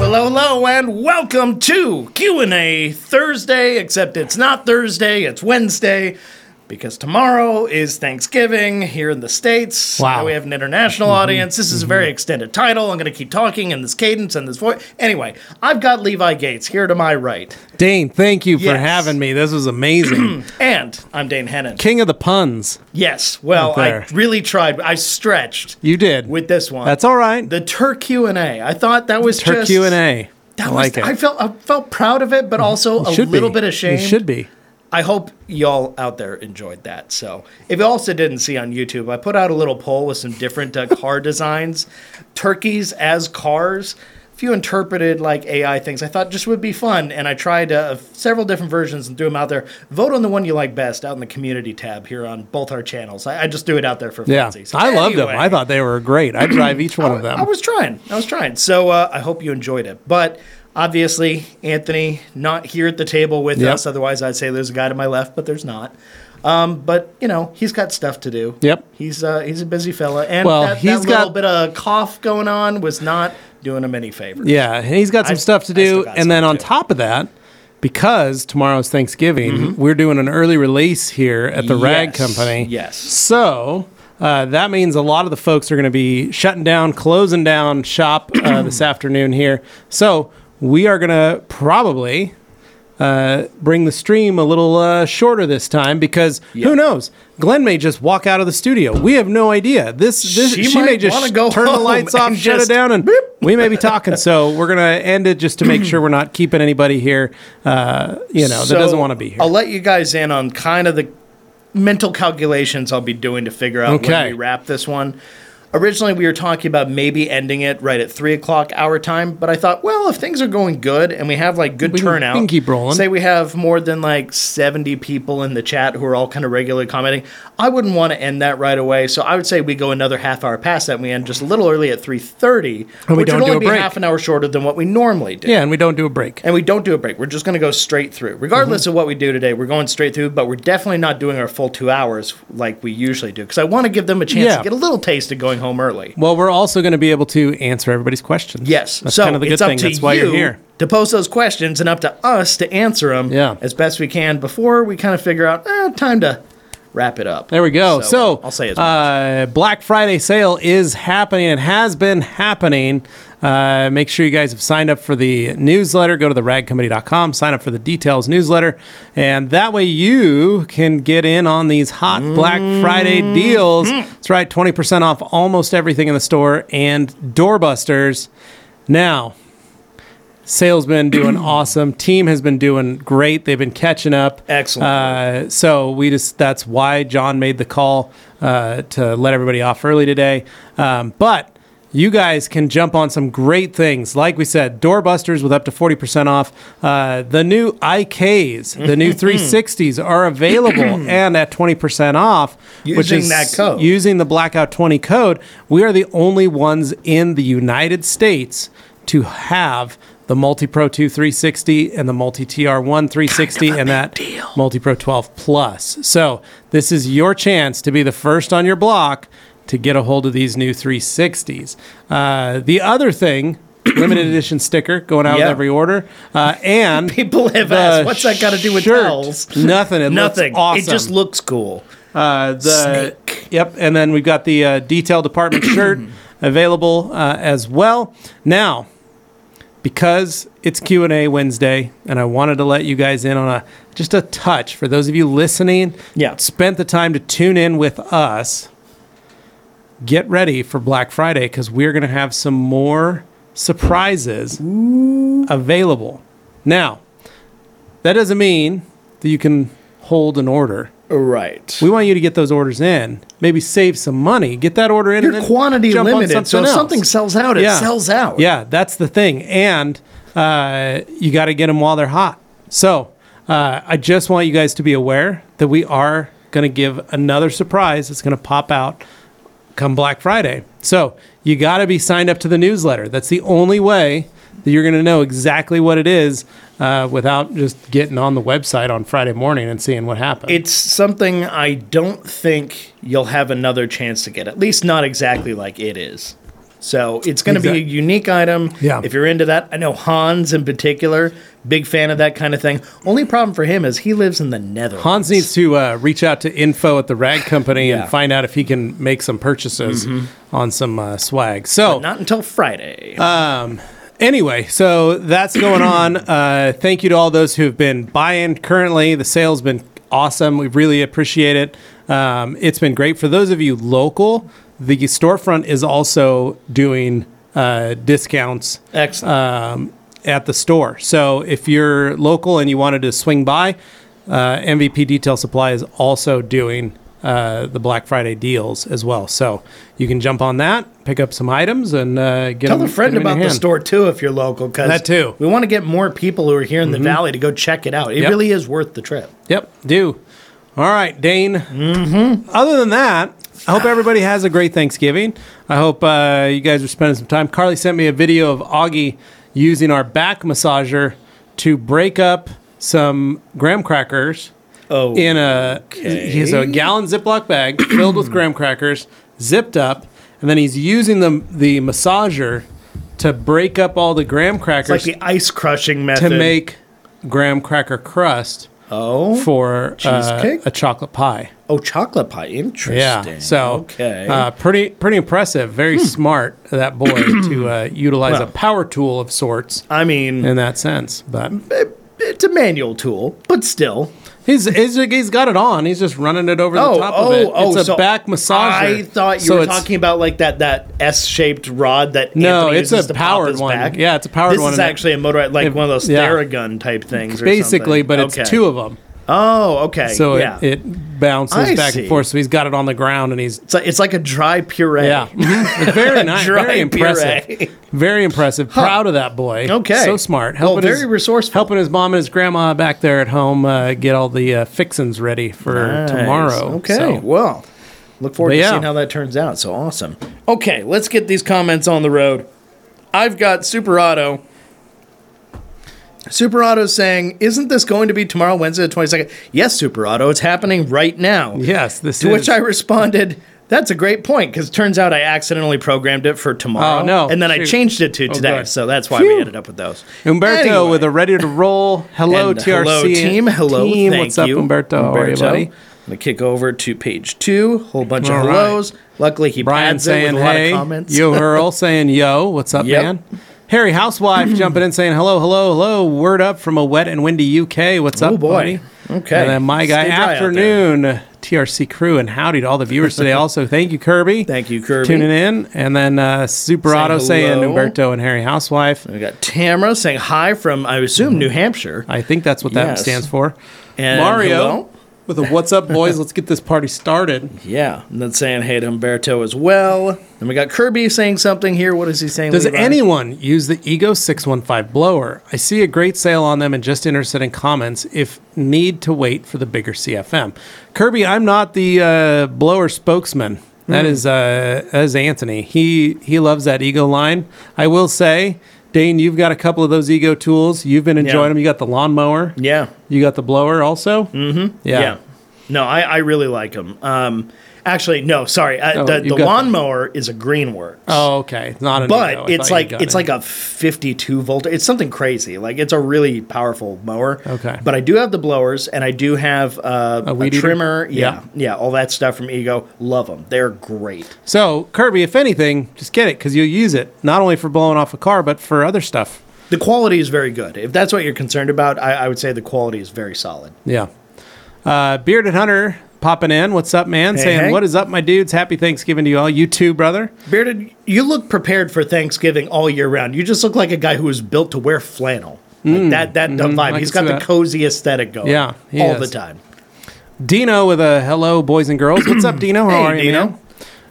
Hello and welcome to Q&A Thursday, except it's not Thursday, it's Wednesday because tomorrow is Thanksgiving here in the States. Wow. Mm-hmm. Now We have an international audience. This is a very extended title. I'm going to keep talking in this cadence and this voice. Anyway, I've got Levi Gates here to my right, Dane, thank you for Yes. having me. This was amazing. and I'm Dane Hennon. King of the puns. Yes, well, I there. really tried. I stretched You did. with this one. That's all right. The Turk Q&A. I thought that was Turk just Q&A. That I was, like it. Mm-hmm. I felt I felt proud of it, but also a Should be. little bit ashamed. You should be. I hope y'all out there enjoyed that. So, if you also didn't see on YouTube, I put out a little poll with some different uh, car designs, turkeys as cars. If you interpreted like AI things, I thought just would be fun, and I tried uh, several different versions and threw them out there. Vote on the one you like best out in the community tab here on both our channels. I, I just threw it out there for Yeah. fancy. So I loved them. anyway. I thought they were great. I drive each one of I them. was trying. I was trying. So uh, I hope you enjoyed it. But obviously, Anthony not here at the table with Yep. us. Otherwise, I'd say there's a guy to my left, but there's not. Um, but you know, he's got stuff to do. Yep. He's uh, he's a busy fella, and Well, that, he's that little got- bit of cough going on was not doing him any favors. Yeah, and he's got some I- stuff to I still do. got And then stuff on to do. top of that, because tomorrow's Thanksgiving, we're doing an early release here at the Rag Mm-hmm. Yes, Company. yes. So uh, that means a lot of the folks are going to be shutting down, closing down shop uh, this afternoon here. So we are going to probably. Uh, bring the stream a little uh, shorter this time because Yeah. who knows? Glenn may just walk out of the studio. We have no idea. This, this She she, may might just wanna go turn the home lights off, and shut just it down, and we may be talking. So we're gonna end it just to make sure we're not keeping anybody here, uh, you know, that doesn't want to be here. I'll let you guys in on kind of the mental calculations I'll be doing to figure out when Okay. we wrap this one. Originally, we were talking about maybe ending it right at three o'clock our time, but I thought, well, if things are going good and we have like good We can- we turnout, can keep rolling. Say we have more than like seventy people in the chat who are all kind of regularly commenting. I wouldn't want to end that right away, so I would say we go another half hour past that. and We end just a little early at three thirty, And we which don't would do only a be break. half an hour shorter than what we normally do yeah, and we don't do a break. and we don't do a break. We're just going to go straight through. Regardless of what we do today, we're going straight through, but we're definitely not doing our full two hours like we usually do because I want to give them a chance to Yeah. get a little taste of going home early. Well, we're also going to be able to answer everybody's questions. Yes. that's so kind of the good it's up thing. to That's why you you're here. to post those questions and up to us to answer them Yeah. as best we can before we kind of figure out eh, time to wrap it up. There we go. So, uh, I'll say it. uh, Black Friday sale is happening and has been happening. Uh, make sure you guys have signed up for the newsletter. Go to the ragcompany.com, sign up for the details newsletter, and that way you can get in on these hot Black Friday Mm-hmm. deals. That's right, 20% off almost everything in the store and doorbusters. Now, sale's been doing awesome. Team has been doing great. They've been catching up. Excellent. Uh, so we just that's why John made the call uh, to let everybody off early today. Um, but you guys can jump on some great things, like we said, doorbusters with up to forty percent off. Uh, the new IKs, the new 360s are available and at twenty percent off. Using that code. using the blackout twenty code, we are the only ones in the United States to have. The Multi Pro 2 360 and the Multi TR 1 360 and that MultiPro 12 Plus. So this is your chance to be the first on your block to get a hold of these new 360s. Uh, the other thing, limited edition sticker going out Yeah. with every order, uh, and People have asked, what's that got to do with shirt. towels? Nothing. It Nothing. Looks awesome. It just looks cool. Uh, the Snake. yep, and then we've got the uh, detail department shirt available uh, as well. Now, because it's Q and A Wednesday, and I wanted to let you guys in on a just a touch for those of you listening. Yeah. spent the time to tune in with us. Get ready for Black Friday because we're going to have some more surprises available. Now, that doesn't mean that you can hold an order. Right. We want you to get those orders in. Maybe save some money. Get that order in. Your and then quantity jump on limited, so if else. something sells out, it sells out. Yeah, that's the thing. And uh, you got to get them while they're hot. So uh, I just want you guys to be aware that we are going to give another surprise that's going to pop out come Black Friday. So you got to be signed up to the newsletter. That's the only way that you're going to know exactly what it is uh, without just getting on the website on Friday morning and seeing what happens. it's something I don't think you'll have another chance to get. At least not exactly like it is. So it's going to be a Exact- unique item. Yeah. If you're into that, I know Hans in particular, big fan of that kind of thing. Only problem for him is he lives in the Netherlands. Hans needs to uh, reach out to info at the rag company Yeah. Mm-hmm. and find out if he can make some purchases on some uh, swag. So, not until Friday. Uh, anyway, so that's going on. Uh, thank you to all those who have been buying currently. The sale's been awesome. We really appreciate it. Um, it's been great. For those of you local, the storefront is also doing uh, discounts Excellent. um, at the store. So if you're local and you wanted to swing by, uh, MVP Detail Supply is also doing uh, the Black Friday deals as well. So you can jump on that, pick up some items, and uh, get Tell a them- friend get them in your about the hand. store too if you're local. Cause That, too. Mm-hmm. We want to get more people who are here in the valley to go check it out. It Yep. really is worth the trip. Yep, do. All right, Dane. Mm-hmm. Other than that, I hope everybody has a great Thanksgiving. I hope uh, you guys are spending some time. Carly sent me a video of Augie using our back massager to break up some graham crackers Oh, in a he has a gallon Ziploc bag filled with graham crackers, zipped up, and then he's using the the massager to break up all the graham like crackers the ice crushing to method make graham cracker crust Oh, for uh, Cheesecake? a chocolate pie. oh, chocolate pie. Interesting. Yeah. So okay. uh, pretty pretty impressive. Very Hmm. smart of that boy to uh, utilize a Well. power tool of sorts I mean, in that sense. But it's a manual tool, but still. Oh, he's he's, he's got it on. He's just running it over the top of it. It's a back massager. I thought you So were it's- talking about like that that S shaped rod that No, Anthony it's uses a to pop powered his one. back. Yeah, it's a powered this one, This is and it- actually a motorized, like it- one of those yeah. Theragun type things, or Basically, something. but it's Okay. two of them, Oh, okay. so yeah. it, it bounces I back see. and forth. So he's got it on the ground, and he's it's like, it's like a dry puree. yeah, Mhm. very nice, Dry very impressive, puree. very impressive. Proud of that boy. Okay. so smart, Well, helping very his, resourceful. helping his mom and his grandma back there at home uh, get all the uh, fixins ready for Nice. tomorrow. Okay. So, Well, look forward But to yeah. seeing how that turns out. So awesome. Okay, let's get these comments on the road. I've got Super Auto. Super Auto saying, "Isn't this going to be tomorrow, Wednesday, the twenty second? Yes, Super Auto. It's happening right now." yes, this To is. which I responded, "That's a great point because turns out I accidentally programmed it for tomorrow. Oh, no. And then I Shoot. Oh, changed it to today, good. so that's why Phew. we ended up with those." Umberto Anyway. with a ready to roll. Hello, And TRC Hello, team. Hello, team. Thank What's up, you, Umberto? How are you, buddy? I'm gonna kick over to page two. Whole bunch All of right. hellos. Luckily, he Brian pads saying, it with a lot "Hey." of comments. Yo, Earl saying, "Yo, what's up, Yep. man?" Harry Housewife jumping in saying, "Hello, hello, hello." Word up from a wet and windy UK. What's up, Oh, boy. buddy? Okay. And then my guy, Stay dry out there. afternoon. TRC crew and howdy to all the viewers today. Also, thank you, Kirby. Thank you, Kirby. Tuning in, and then uh, Super Saying Auto saying hello. Umberto and Harry Housewife. We got Tamara saying hi from I assume Mm-hmm. New Hampshire. I think that's what that Yes. stands for. And Mario hello. with a "What's up, boys? Let's get this party started." Yeah, and then saying hey to Humberto as well. Then we got Kirby saying something here. What is he saying? Does Levi? anyone use the Ego 615 blower? I see a great sale on them and just interested in comments if need to wait for the bigger CFM. Kirby, I'm not the uh, blower spokesman. That Hmm. is uh, that is Anthony. He he loves that Ego line. I will say, Dane, you've got a couple of those Ego tools. You've been enjoying Yeah. them. You got the lawnmower. Yeah, You got the blower also. Mm-hmm. Yeah. yeah. No, I, I really like him. Um, actually, no, sorry. Uh, Oh, the you've the got- lawnmower is a Greenworks. Oh, okay. It's Not an Ego. I but it's thought you like got it's it. like a 52 volt it's something crazy like it's a really powerful mower Okay. but i do have the blowers and i do have uh, a, weed eater? trimmer Yeah. yeah. yeah all that stuff from ego love them they're great So Kirby, if anything, just get it because you'll use it not only for blowing off a car but for other stuff. the quality is very good if that's what you're concerned about i, I would say the quality is very solid Yeah. Uh, Bearded Hunter popping in. What's up, man? Hey, Saying hey. what is up, my dudes? Happy Thanksgiving to you all. You too, brother. bearded you look prepared for thanksgiving all year round you just look like a guy who was built to wear flannel like that that Mm. Mm-hmm. I vibe he's can got see the that. cozy aesthetic going Yeah, he all is. the time Dino with a hello, boys and girls. What's up, Dino? How Hey, are you, Dino. man?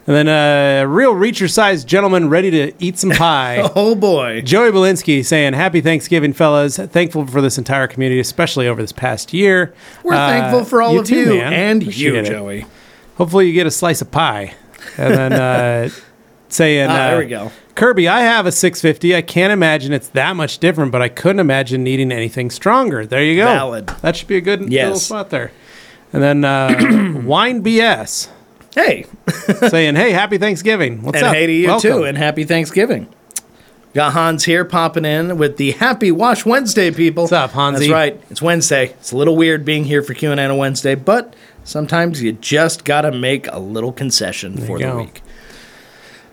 And then a uh, real reacher-sized gentleman ready to eat some pie. oh boy Joey Belinsky saying, Happy Thanksgiving, fellas. Thankful for this entire community, especially over this past year. we're Uh, thankful for all of too, you man. and Appreciate you it. joey Hopefully, you get a slice of pie. And then uh, saying, Ah, uh, there we go. Kirby, I have a 650. I can't imagine it's that much different, but I couldn't imagine needing anything stronger. There you go. Valid. That should be a good little Yes. spot there. And then uh, Wine BS Hey, saying, "Hey, happy Thanksgiving." What's and up? hey to you Welcome. too, and happy Thanksgiving. Got Hans here popping in with the Happy Wash Wednesday, people. What's up, Hansi? That's right. It's Wednesday. It's a little weird being here for Q and A on a Wednesday, but sometimes you just gotta make a little concession for you the go. week.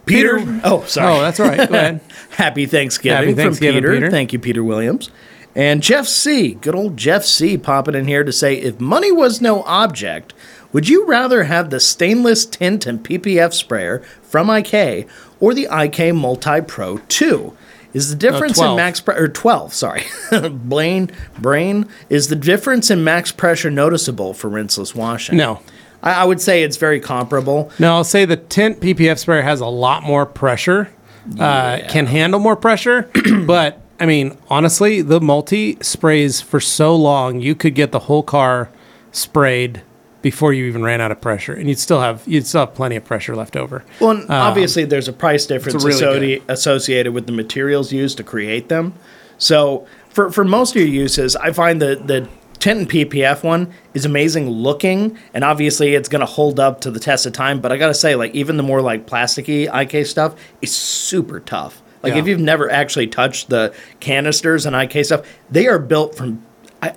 Peter, Peter- oh sorry, oh, that's all right. Go ahead. happy Thanksgiving, Happy Thanksgiving, from Peter. Peter. Thank you, Peter Williams, and Jeff C. Good old Jeff C. popping in here to say, if money was no object, would you rather have the stainless tint and PPF sprayer from IK or the IK Multi Pro Two? Is Uh, the difference in 12. max pre- or twelve? Sorry, Blaine brain. Is the difference in max pressure noticeable for rinseless washing? No. I, I would say it's very comparable. No, I'll say the tint PPF sprayer has a lot more pressure, uh, can handle more pressure, but I mean, honestly, the multi sprays for so long, you could get the whole car sprayed before you even ran out of pressure, and you'd still have you'd still have plenty of pressure left over. Well, and obviously, there's a price difference Um, really associated, associated with the materials used to create them. So, for, for most of your uses, I find the, the tint and PPF one is amazing looking, and obviously, it's going to hold up to the test of time. But I got to say, like, even the more like plasticky IK stuff is super tough. Like, Yeah. if you've never actually touched the canisters and IK stuff, they are built from. I,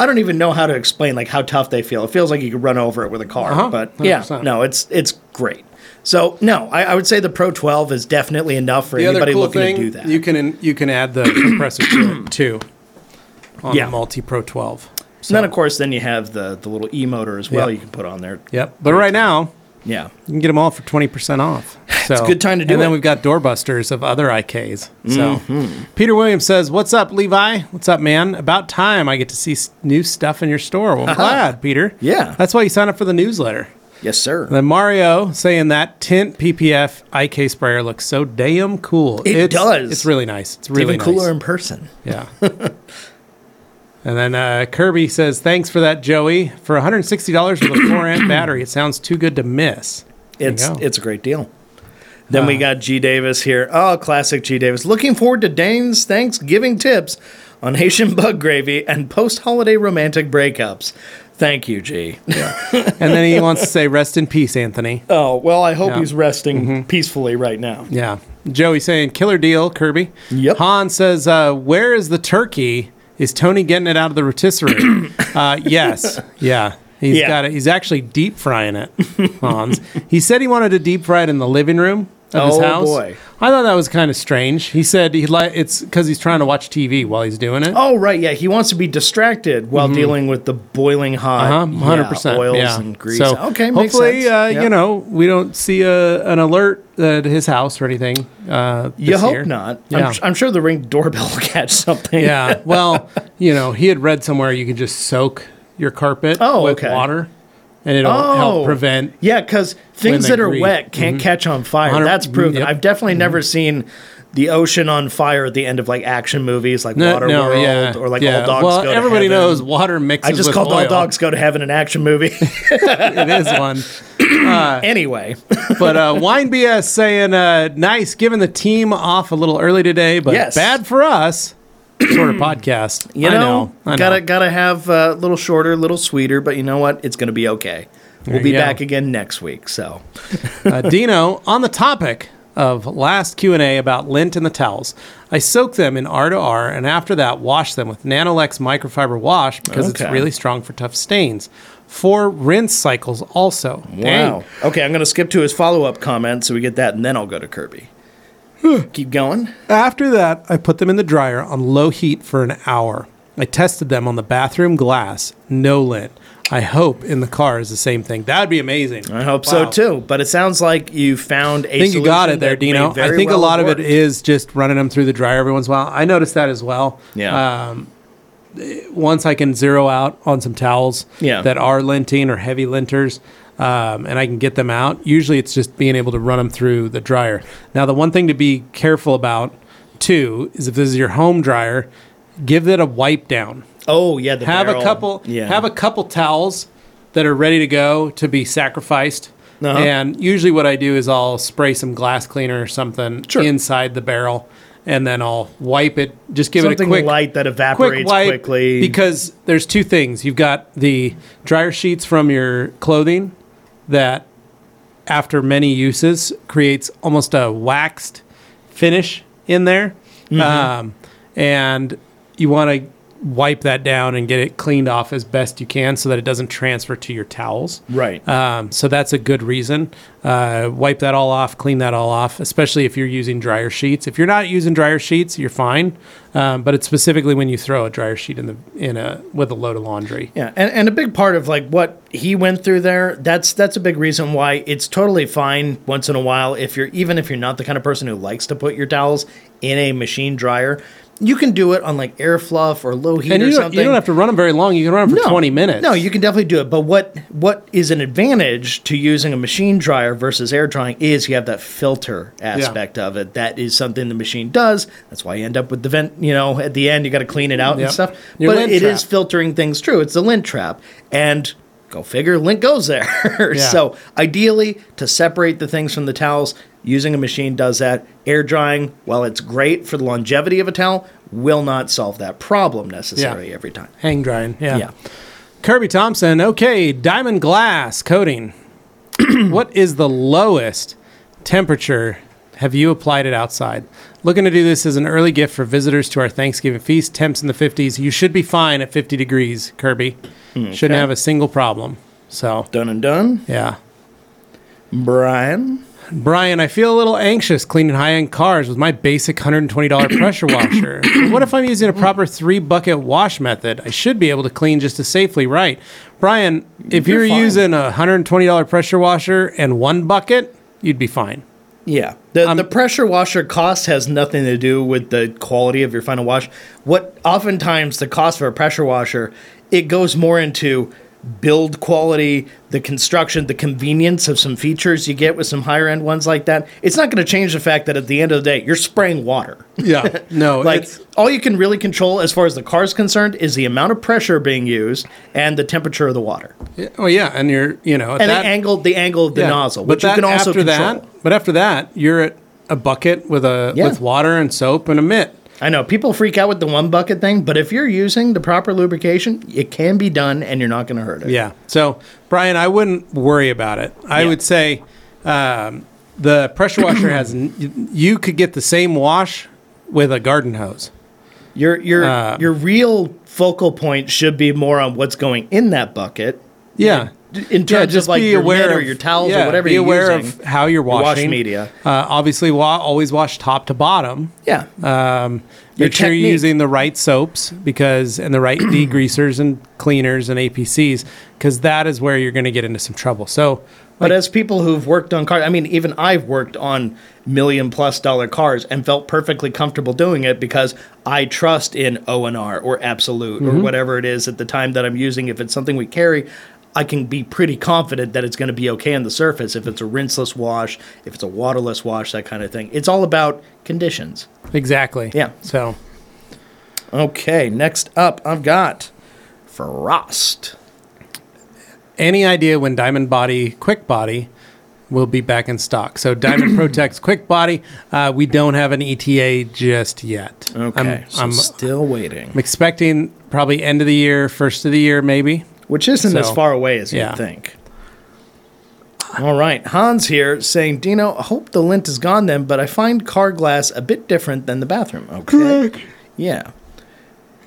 I don't even know how to explain like how tough they feel. It feels like you could run over it with a car. Uh-huh, But yeah, 100%. no, it's it's great. So no, I, I would say the Pro 12 is definitely enough for The anybody other cool looking thing to do that. you can you can add the compressor to it too on Yeah. the multi pro twelve. and then of course, then you have the the little e motor as well. Yeah. You can put on there. Yep, but right now. Yeah. You can get them all for 20% off. So, it's a good time to do And then it. Mm-hmm. we've got doorbusters of other IKs. So Peter Williams says, What's up, Levi? What's up, man? About time I get to see s- new stuff in your store. Well, I'm glad, Peter. Yeah. That's why you sign up for the newsletter. Yes, sir. Then Mario saying that tint PPF IK sprayer looks so damn cool. It it's, does. It's really nice. It's It's really Even cooler nice. in person. Yeah. and then uh, Kirby says, "Thanks for that, Joey. For $160 with a 4 amp battery, it sounds too good to miss." There you It's go. it's a great deal. Then we got G Davis here. Oh, classic G Davis. Looking forward to Dane's Thanksgiving tips on Haitian bug gravy and post holiday romantic breakups. Thank you, G. and then he wants to say, "Rest in peace, Anthony." Oh, well, I hope Yeah. Mm-hmm. he's resting peacefully right now. Yeah. Joey saying, "Killer deal, Kirby." Yep. Han says, uh, "Where is the turkey? Is Tony getting it out of the rotisserie?" uh, yes. Yeah. He's Yeah. got it. He's actually deep frying it. Hans. he said he wanted to deep fry it in the living room of his Oh, house. boy. I thought that was kind of strange. He said he li- it's because he's trying to watch TV while he's doing it. Oh right, yeah. He wants to be distracted while dealing with the boiling hot, Mm-hmm. Uh-huh, yeah, 100%. oils yeah. and grease. So okay, makes hopefully, sense. Uh, Yeah. you know, we don't see a, an alert uh, to his house or anything. Uh, you this hope year. not. Yeah. I'm, I'm sure the ring doorbell will catch something. yeah. Well, you know, he had read somewhere you could just soak your carpet Oh, with okay. water and it'll Oh. help prevent. yeah, because things they that are breathe. Mm-hmm. wet can't catch on fire. Hundred- That's proven. yep. Mm-hmm. I've definitely never seen the ocean on fire at the end of like action movies, like No, Waterworld, no, yeah. or like yeah. All Dogs well, Go. to everybody Heaven. knows water mixes I just with called oil. All Dogs Go to Heaven an action movie. it is one. anyway, But uh, Wine BS saying, uh, nice, giving the team off a little early today, but Yes. bad for us. Sort of podcast. you I know, I gotta gotta have uh, a little shorter, little sweeter, but you know what? It's gonna be okay. We'll you be go. back again next week. So uh, Dino on the topic of last Q&A about lint and the towels. I soak them in R2R and after that wash them with Nanolex microfiber wash because Okay. it's really strong for tough stains. Four rinse cycles also. Wow. Okay, I'm going to skip to his follow up comment so we get that, and then I'll go to Kirby. Keep going. After that, I put them in the dryer on low heat for an hour. I tested them on the bathroom glass, no lint. I hope in the car is the same thing. That'd be amazing. I hope Wow. so too. But it sounds like you found a. I think you got solution it there, that may Dino. I very think well a lot of it work. is just running them through the dryer every once in a while. I noticed that as well. Uh, Yeah. once I can zero out on some towels Yeah. that are linting or heavy linters, um, and I can get them out. Usually, it's just being able to run them through the dryer. Now, the one thing to be careful about too is if this is your home dryer, give it a wipe down. oh yeah. The Have barrel. a couple. Yeah. Have a couple towels that are ready to go to be sacrificed. Uh-huh. And usually, what I do is I'll spray some glass cleaner or something Sure. inside the barrel, and then I'll wipe it. Just give it a something quick light that quick evaporates wipe quickly. because there's two things. You've got the dryer sheets from your clothing that after many uses creates almost a waxed finish in there. Mm-hmm. Um, and you want to wipe that down and get it cleaned off as best you can so that it doesn't transfer to your towels. Right. Um, so that's a good reason. Uh, wipe that all off, clean that all off, especially if you're using dryer sheets. If you're not using dryer sheets, you're fine. Um, but it's specifically when you throw a dryer sheet in the in a with a load of laundry. Yeah, and, and a big part of like what he went through there, that's that's a big reason why it's totally fine once in a while if you're even if you're not the kind of person who likes to put your towels in a machine dryer, you can do it on like air fluff or low heat And or you don't, something. you don't have to run them very long. You can run them for 20 minutes. No, you can definitely do it. But what what is an advantage to using a machine dryer versus air drying is you have that filter aspect of it. That is something the machine does. That's why you end up with the vent. You know, at the end you got to clean it out Yep. and stuff. Your but lint it is trap. filtering things through. It's the lint trap and. Go figure, lint goes there. Yeah. So, ideally, to separate the things from the towels, using a machine does that. Air drying, while it's great for the longevity of a towel, will not solve that problem necessarily every time. hang drying. Yeah. Yeah. Kirby Thompson. Okay, diamond glass coating. what is the lowest temperature have you applied it outside? Looking to do this as an early gift for visitors to our Thanksgiving feast. Temps in the 50s. You should be fine at 50 degrees, Kirby. Shouldn't have a single problem. So, Done and done. yeah. Brian. Brian, I feel a little anxious cleaning high end cars with my basic $120 pressure washer. But what if I'm using a proper three bucket wash method? I should be able to clean just as safely, right? Brian, if You're you're, fine. using a $120 pressure washer and one bucket, you'd be fine. Yeah. Um, The, the pressure washer cost has nothing to do with the quality of your final wash. What oftentimes the cost of a pressure washer, it goes more into build quality, the construction, the convenience of some features you get with some higher end ones like that. It's not going to change the fact that at the end of the day, you're spraying water. Yeah. No, Like it's, all you can really control as far as the car's concerned is the amount of pressure being used and the temperature of the water. well, yeah. And you're, you know, at And that, the angle the angle of the yeah, nozzle, but which you that- can also after control. That, but after that, you're at a bucket with a Yeah. with water and soap and a mitt. I know people freak out with the one bucket thing, but if you're using the proper lubrication, it can be done and you're not going to hurt it. Yeah. So, Brian, I wouldn't worry about it. I Yeah. would say um, the pressure washer has, n- you could get the same wash with a garden hose. Your your Uh, your real focal point should be more on what's going in that bucket Yeah. d- in terms of like your aware or your towels yeah, or whatever Be you're aware using. of how you're wash washing. media. Uh, obviously, wa- always wash top to bottom. yeah. Um, make sure technique. you're using the right soaps because and the right degreasers and cleaners and APCs because that is where you're going to get into some trouble. So, but as people who've worked on cars, I mean, even I've worked on million plus dollar cars and felt perfectly comfortable doing it because I trust in O and R or Absolute Mm-hmm. or whatever it is at the time that I'm using. If it's something we carry, I can be pretty confident that it's going to be okay on the surface. If it's a rinseless wash, if it's a waterless wash, that kind of thing. It's all about conditions. exactly. Yeah. So, Okay, next up, I've got Frost. any idea when Diamond Body Quick Body will be back in stock. So Diamond Protect's Quick Body, uh, we don't have an ETA just yet. Okay, I'm, so I'm, still waiting, I'm expecting probably end of the year, first of the year, maybe. which isn't as so, far away as yeah. you think. All right, Hans here saying, Dino, I hope the lint is gone then, but I find car glass a bit different than the bathroom. Okay. Yeah.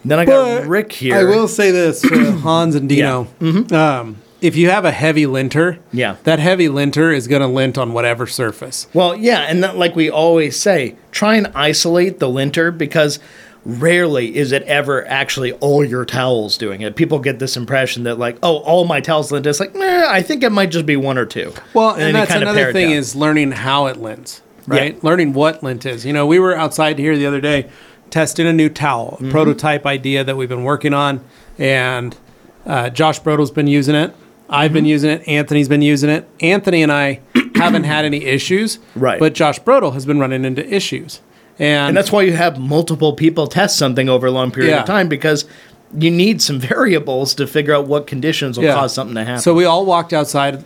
Then I got But Uh, Rick here. Mm-hmm. I will say this for Hans and Dino. Um, if you have a heavy linter, Yeah. that heavy linter is going to lint on whatever surface. Well, yeah, and that, like we always say, try and isolate the linter because rarely is it ever actually all your towels doing it. People get this impression that like, oh, all my towels lint. It's like, nah, I think it might just be one or two. Well, then and, you that's kinda pare another it thing down. is learning how it lints, Yeah. right? Learning what lint is. You know, we were outside here the other day testing a new towel, a Mm-hmm. prototype idea that we've been working on, and uh, Josh Brodel's been using it. I've been Mm-hmm. using it. Anthony's been using it. Anthony and I haven't had any issues, Right. But Josh Brodel has been running into issues, and, and that's why you have multiple people test something over a long period Yeah. of time because you need some variables to figure out what conditions will cause something to happen. So we all walked outside,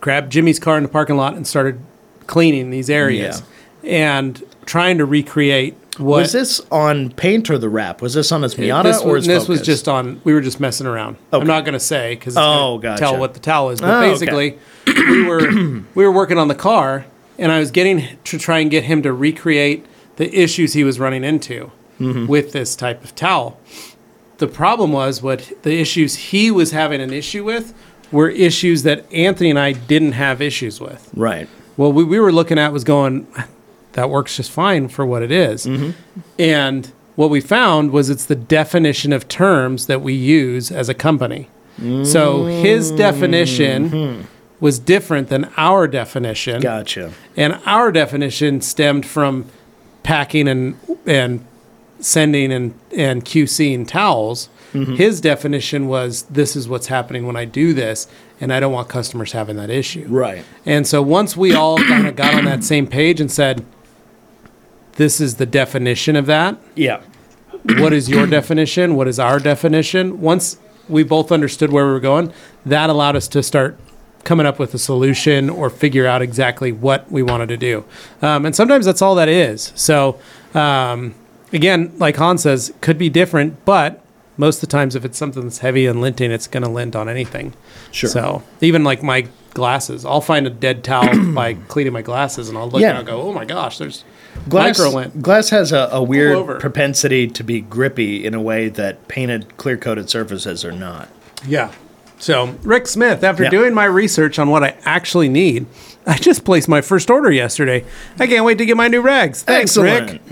grabbed Jimmy's car in the parking lot, and started cleaning these areas. And trying to recreate what Was this on paint or the wrap? Was this on his Miata this, or was, his this was Focus? just on. We were just messing around. Okay. I'm not going to say because Oh, gonna gotcha. tell what the towel is. But Oh, okay. basically, we were we were working on the car, and I was getting to try and get him to recreate the issues he was running into Mm-hmm. with this type of towel. The problem was what the issues he was having an issue with were issues that Anthony and I didn't have issues with right. what we, we were looking at was going that works just fine for what it is. and what we found was it's the definition of terms that we use as a company so his definition was different than our definition Gotcha. and our definition stemmed from packing and and sending and and QCing towels. His definition was this is what's happening when I do this, and I don't want customers having that issue. Right. And so once we all kind of got on that same page and said, "This is the definition of that. Yeah. What is your definition? What is our definition?" Once we both understood where we were going, that allowed us to start coming up with a solution or figure out exactly what we wanted to do. Um, and sometimes that's all that is. So um, again, like Han says, could be different, but most of the times, if it's something that's heavy and linting, it's going to lint on anything. Sure. So even like my glasses, I'll find a dead towel by cleaning my glasses, and I'll look Yeah. and I'll go, "Oh my gosh, there's glass, micro lint." glass has a, a over. weird propensity to be grippy in a way that painted clear coated surfaces are not. Yeah. So Rick Smith, after Yeah. doing my research on what I actually need, I just placed my first order yesterday. I can't wait to get my new rags. Thanks, Rick.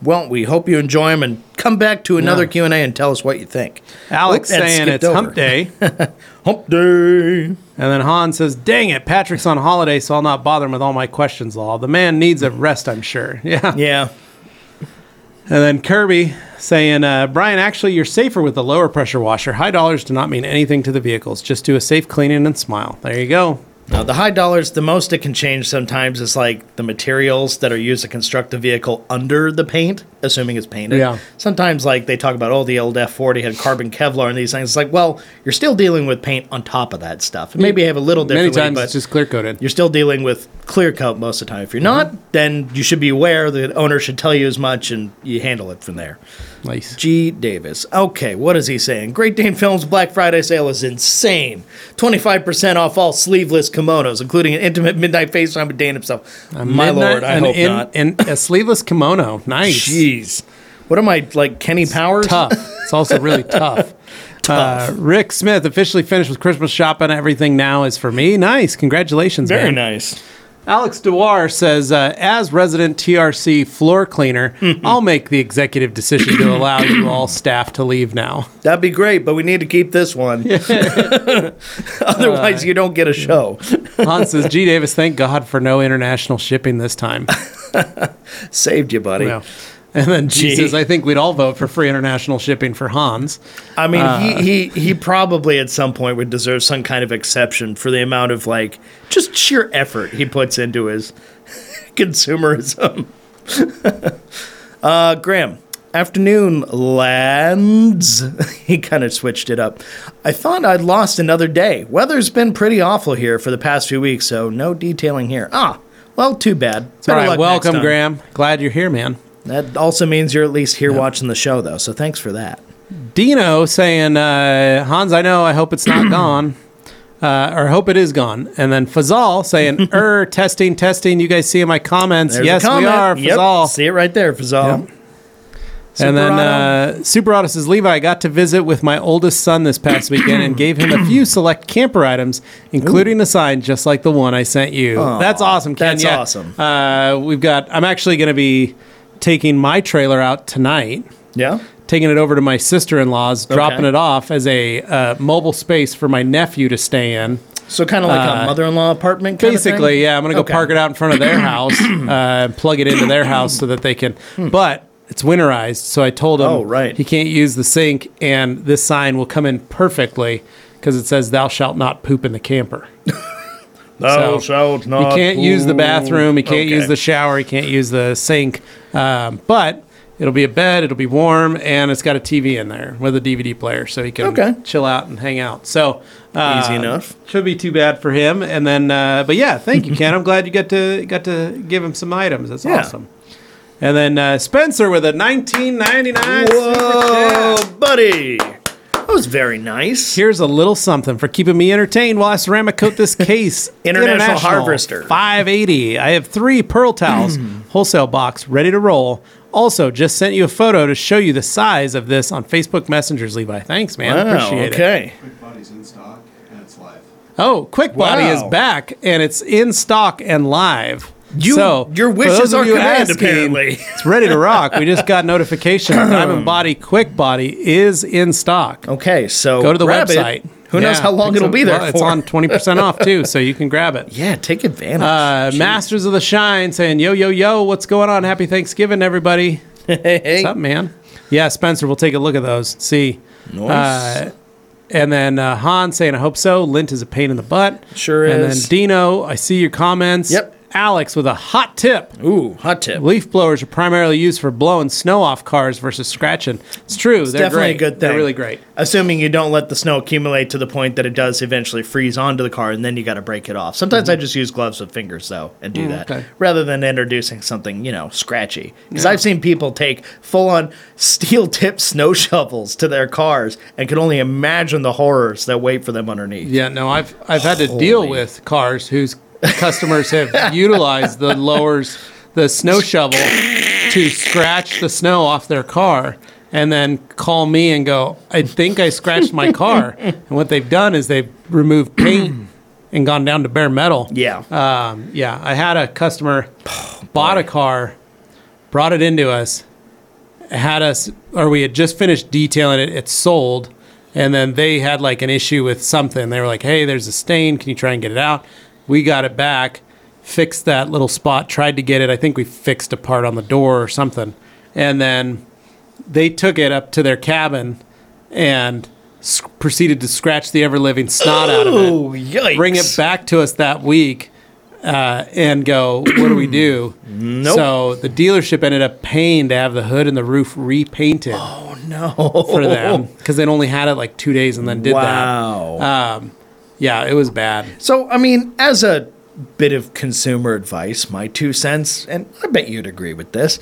Well, we hope you enjoy them and come back to another Yeah. Q and A and tell us what you think. Alex Oop, that saying skipped it's hump over. day. Hump day. And then Han says, "Dang it, Patrick's on holiday, so I'll not bother him with all my questions, lol. The man needs a rest, I'm sure." Yeah. Yeah. And then Kirby saying, uh, "Brian, actually, you're safer with the lower pressure washer. High dollars do not mean anything to the vehicles. Just do a safe cleaning and smile. There you go. Now the high dollars, the most it can change sometimes is like the materials that are used to construct the vehicle under the paint, assuming it's painted. Yeah. oh, Many differently, times but it's just Uh-huh. clear coated. you're still dealing with clear coat most of the time. If you're not, then you should be aware the owner should tell you as much and you handle it from there. Nice. G. Davis. Okay, what is he saying? Great Dane Films Black Friday sale is insane. 25% off all sleeveless kimonos, including an intimate midnight FaceTime with Dane himself. My Midnight- lord, I an hope in- not. And a sleeveless kimono. Nice. Jeez. What am I, like Kenny Powers? Tough. It's also really tough. Uh, Rick Smith officially finished with Christmas shopping. Everything now is for me. Nice. Congratulations, Very man. nice. Alex Dewar says, uh, as resident TRC floor cleaner, Mm-hmm. I'll make the executive decision to allow you all staff to leave now. That'd be great, but we need to keep this one. Uh, Otherwise, you don't get a show. Hans says, G. Davis, thank God for no international shipping this time. Saved you, buddy. Yeah. And then G Gee. says, I think we'd all vote for free international shipping for Hans. I mean, Uh. he, he he probably at some point would deserve some kind of exception for the amount of like just sheer effort he puts into his consumerism. uh, Graham, afternoon lands. he kind of switched it up. I thought I'd lost another day. Weather's been pretty awful here for the past few weeks, so no detailing here. Ah, well, too bad. All Better right, luck next welcome, time. Graham. Glad you're here, man. That also means you're at least here watching the show, though. So thanks for that. Dino saying, uh, Hans, I know. I hope it's not gone. Uh, or hope it is gone. And then Fazal saying, er, testing, testing. You guys see in my comments. There's a yes, we comment. are, Yep, Fazal. See it right there, Fazal. and then Superauto. uh, Super Auto says, Levi, I got to visit with my oldest son this past weekend and gave him a few select camper items, including a sign just like the one I sent you. that's awesome, Ken. that's Yeah. awesome. Uh, we've got, I'm actually going to be taking my trailer out tonight. yeah. taking it over to my sister-in-law's, dropping Okay. it off as a uh, mobile space for my nephew to stay in. So kind of like a mother-in-law apartment. Kind uh, Basically, yeah, I'm gonna go Okay. park it out in front of their house, uh, plug it into their house so that they can. But it's winterized, so I told him, Hmm. Oh, right. he can't use the sink, and this sign will come in perfectly because it says "Thou shalt not poop in the camper." Thou So, Uh, You can't use the bathroom. You can't use the shower. You can't use the sink. Um, but it'll be a bed. It'll be warm, and it's got a TV in there with a DVD player, so he can Okay. chill out and hang out. So uh, Easy enough. Should be too bad for him. And then, uh, but yeah, thank you, Ken. I'm glad you got to got to give him some items. That's Yeah. awesome. And then uh, Spencer with a 1999 Whoa, super chat. buddy. That was very nice. Here's a little something for keeping me entertained while I ceramic coat this case. International Harvester. 580. I have three pearl towels, wholesale box, ready to roll. Also, just sent you a photo to show you the size of this on Facebook Messengers, Levi. Thanks, man. Wow, Appreciate it. okay. Quick Body's in stock and it's live. Oh, Quick Body Wow. is back and it's in stock and live. You- so, your for wishes those of are you command, apparently. It's ready to rock. We just got notification that Diamond Body Quick Body is in stock. Okay, so Go to the grab it. website. Who knows Yeah, how long it's it'll a- be there well, for? It's on 20% off too, so you can grab it. Yeah, take advantage. Uh, Masters of the Shine saying, yo, yo, yo, what's going on? Happy Thanksgiving, everybody. hey, What's up, man? Yeah, Spencer, we'll take a look at those. See. nice. Uh, and then uh, Han saying, I hope so. Lint is a pain in the butt. Sure and is. then Dino, I see your comments. Yep. Alex with a hot tip. Ooh, hot tip. Leaf blowers are primarily used for blowing snow off cars versus scratching. It's true. They're Definitely great. a good thing. They're really great. Assuming you don't let the snow accumulate to the point that it does eventually freeze onto the car, and then you got to break it off. Sometimes I just use gloves with fingers though and do that Mm-hmm. Mm, okay. rather than introducing something you know scratchy. Because I've seen people take full-on steel-tip snow shovels to their cars and can only imagine the horrors that wait for them underneath. Yeah, no, I've I've had to deal Holy. with cars whose customers have utilized the lowers, the snow shovel, to scratch the snow off their car, and then call me and go, "I think I scratched my car." and what they've done is they've removed paint and gone down to bare metal. Yeah. Um, yeah, I had a customer bought a car, brought it into us, had us, or we had just finished detailing it. It sold, and then they had like an issue with something. They were like, "Hey, there's a stain. Can you try and get it out?" We got it back, fixed that little spot, tried to get it. I think we fixed a part on the door or something, and then they took it up to their cabin and s- proceeded to scratch the ever living snot out of it oh, yikes! bring it back to us that week uh, and go, what do we do? Nope. So the dealership ended up paying to have the hood and the roof repainted No. Oh, for them because they only had it like two days and then did Oh. Wow. that. Um, yeah, it was bad. So, I mean, as a bit of consumer advice, my two cents, and I bet you'd agree with this.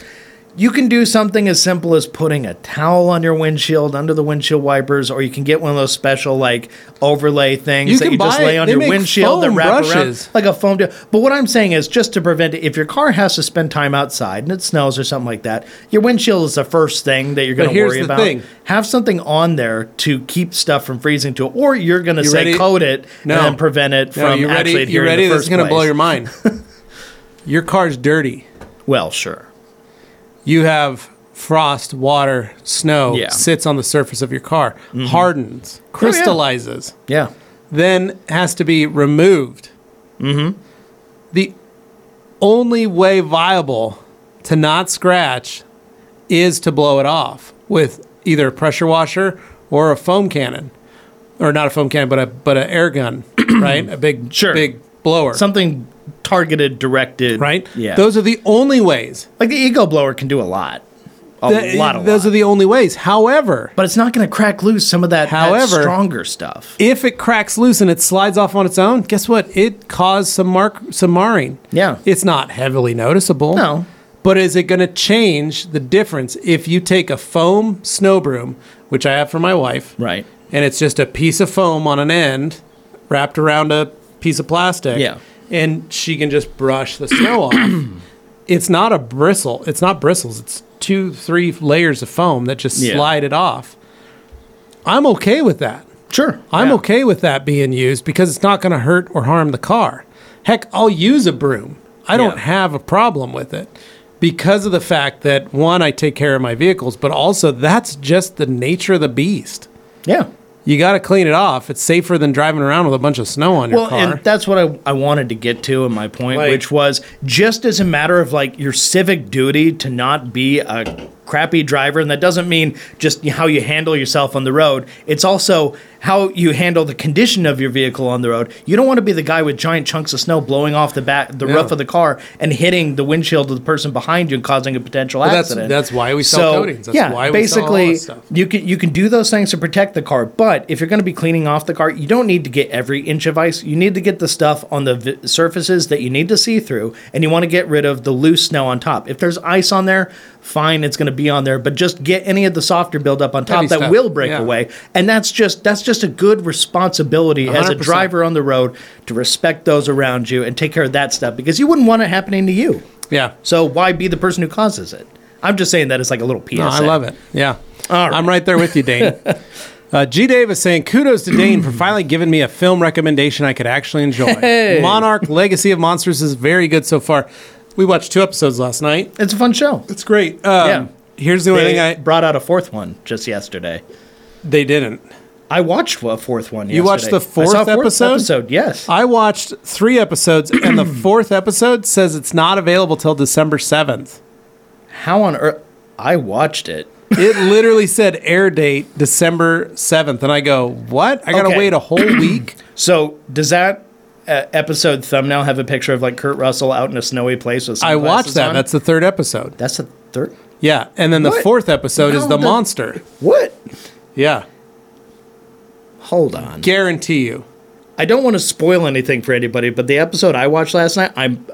You can do something as simple as putting a towel on your windshield, under the windshield wipers, or you can get one of those special like overlay things You that can you just buy- lay on they your make windshield that foam wrap around brushes. like a foam. T- but what I'm saying is just to prevent it. If your car has to spend time outside and it snows or something like that, your windshield is the first thing that you're going to here's worry the about. thing. Have something on there to keep stuff from freezing to, or you're going to You say ready? coat it No. and then prevent it No, from you ready? actually You adhering ready? in the This is first going to blow place. your mind. your car's dirty. Well, sure. You have frost, water, snow Yeah. Mm-hmm. Oh, sits on the surface of your car, hardens, crystallizes. Yeah. then has to be removed. Mm-hmm. The only way viable to not scratch is to blow it off with either a pressure washer or a foam cannon, or not a foam cannon, but a but an air gun, right? A big Sure. big blower, Something targeted, directed. right? Yeah. Those are the only ways. like the ego blower can do a lot. A Th- lot of those are the only ways. However, but it's not going to crack loose some of that, that However- stronger stuff. if it cracks loose and it slides off on its own, guess what? It caused some mark some marring. Yeah. It's not heavily noticeable. No. But is it going to change the difference if you take a foam snow broom, which I have for my wife, Right. and it's just a piece of foam on an end wrapped around a piece of plastic, Yeah. and she can just brush the snow off. It's not a bristle. It's not bristles. It's two, three layers of foam that just Yeah. slide it off. I'm okay with that. Sure. I'm Yeah. okay with that being used because it's not going to hurt or harm the car. Heck, I'll use a broom. I don't Yeah. have a problem with it because of the fact that one, I take care of my vehicles, but also that's just the nature of the beast. Yeah. You got to clean it off. It's safer than driving around with a bunch of snow on your Well, car. and that's what I, I wanted to get to in my point, Like- which was just as a matter of like your civic duty to not be a crappy driver. And that doesn't mean just how you handle yourself on the road, it's also how you handle the condition of your vehicle on the road. You don't want to be the guy with giant chunks of snow blowing off the back, the roof of the car and hitting the windshield of the person behind you and causing a potential that's- accident. that's why we sell coatings. That's yeah, why we sell all basically, that stuff. you can you can do those things to protect the car, but if you're going to be cleaning off the car, you don't need to get every inch of ice. You need to get the stuff on the vi- surfaces that you need to see through, and you want to get rid of the loose snow on top. If there's ice on there, fine, it's going to be on there, but just get any of the softer buildup on top Heavy that stuff, will break yeah. away. And that's just that's just a good responsibility as a 100%. driver on the road to respect those around you and take care of that stuff because you wouldn't want it happening to you. Yeah. So why be the person who causes it? I'm just saying that it's like a little PSA. No, I love it. Yeah. All right. I'm right there with you, Dane. Uh, G. Dave is saying, kudos to Dane for finally giving me a film recommendation I could actually enjoy. Monarch Legacy of Monsters is very good so far. We watched two episodes last night. It's a fun show. It's great. Um, Yeah. Here's the only They thing I brought out a fourth one just yesterday. they didn't. I watched a fourth one. You watched yesterday. the fourth I saw a episode? Yes. I watched three episodes, and the fourth episode says it's not available till December seventh. How on earth? I watched it. It literally said air date December seventh, and I go, "What? I gotta Okay. wait a whole week?" So does that uh, episode thumbnail have a picture of like Kurt Russell out in a snowy place with? I watched sunglasses that. on? That's the third episode. that's the third. Yeah, and then the What? fourth episode is No, the the- monster. What? Yeah, Hold on. guarantee you. I don't want to spoil anything for anybody, but the episode I watched last night, I'm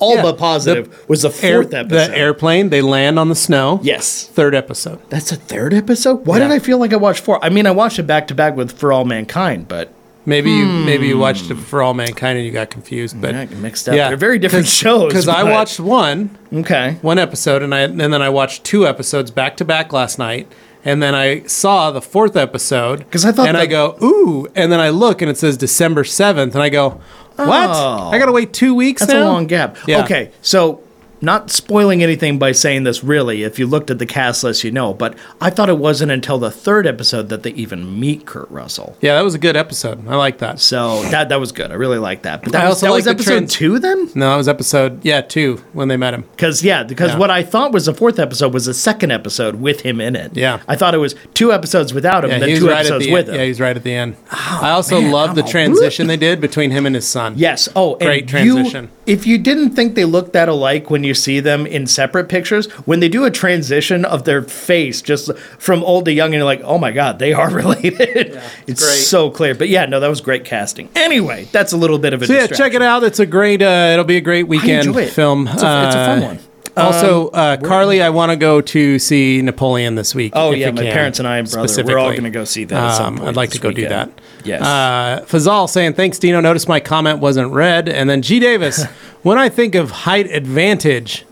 all Yeah. but positive The was the Air- fourth episode. The airplane. They land on the snow. Yes. Third episode. That's a third episode? Why did Yeah. I feel like I watched four? I mean, I watched it back to back with For All Mankind, but Maybe you Hmm. maybe you watched it for all mankind and you got confused, but I got mixed up. Yeah. They're very different shows. because I but- watched one Okay. one episode and I and then I watched two episodes back to back last night. And then I saw the fourth episode 'Cause I thought and I that- go ooh, and then I look and it says December seventh, and I go what? Oh. I gotta wait two weeks. That's now? a long gap. Yeah. Okay, so not spoiling anything by saying this really. If you looked at the cast list, you know, but I thought it wasn't until the third episode that they even meet Kurt Russell. Yeah, that was a good episode. I like that. So that that was good. I really liked that. But I that was, also that like was the episode trans- two then? No, that was episode yeah two when they met him. Because yeah, because Yeah. what I thought was the fourth episode was the second episode with him in it. Yeah. I thought it was two episodes without him, Yeah, and then he's two right at episodes the with end. him. Yeah, he's right at the end. I also Oh, man, love the I'm a- transition they did between him and his son. Yes. Oh, and Great you- transition. if you didn't think they looked that alike when you see them in separate pictures, when they do a transition of their face just from old to young, and you're like, oh my god, they are related. it's great. so clear. But yeah, no, that was great casting. Anyway, that's a little bit of a So yeah, check it out. It's a great. Uh, it'll be a great weekend enjoy it. film. It's a- it's a fun Uh, one. Um, Also, uh, Carly, I want to go to see Napoleon this week. Oh if yeah, we my can, parents and I and brother, we're all specifically. going to go see that. at some Um, point I'd like to this go do that. weekend. Yes. Uh, Fazal saying, thanks, Dino. Notice my comment wasn't read. And then G. Davis, when I think of height advantage,